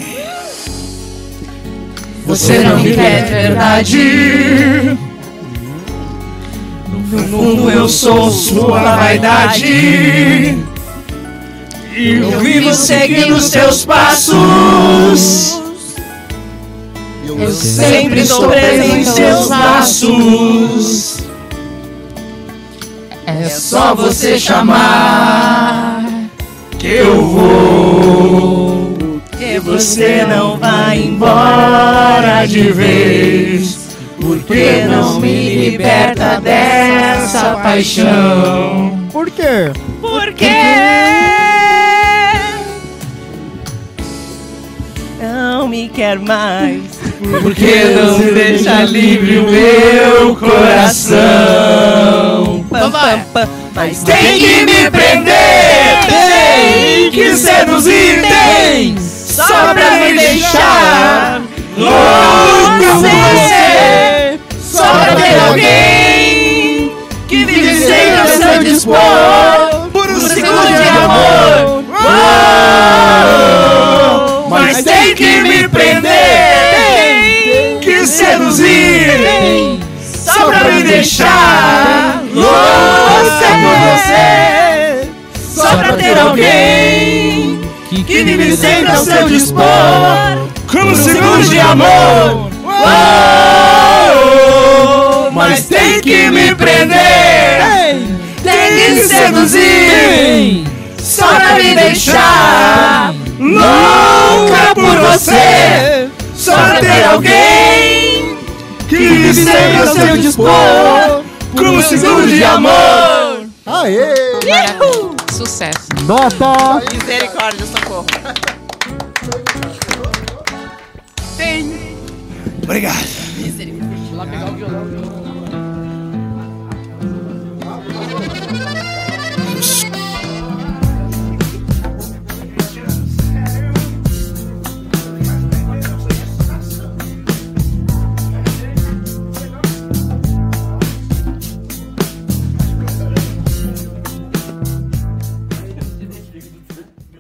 Você não me quer de verdade. No fundo eu sou sua vaidade. Eu vivo seguindo os seus passos. Eu sempre estou preso em seus laços. É só você chamar que eu vou. Porque você não vai embora de vez? Por que não me liberta dessa paixão? Por quê? Porque não me quer mais. Por que não deixa livre o meu coração? Pam, pam, pam. Mas Tem que me prender, tem que seduzir, tem só pra me deixar louca você, só pra ter alguém que vive sem ao seu dispor, por um segundo de amor. Mas tem que me prender, tem que seduzir, só pra me deixar louca por você, só pra ter alguém Que, que vive sempre ao seu dispor, como um segundo de amor. Oh, mas tem que me prender, tem que me seduzir, só pra me deixar louca por você, só pra ter alguém que vive sempre ao seu dispor, como um segundo de amor. Aê! Maravilha. Sucesso. Nota! Misericórdia, socorro. Obrigado. Vamos lá, vamos lá, vamos lá.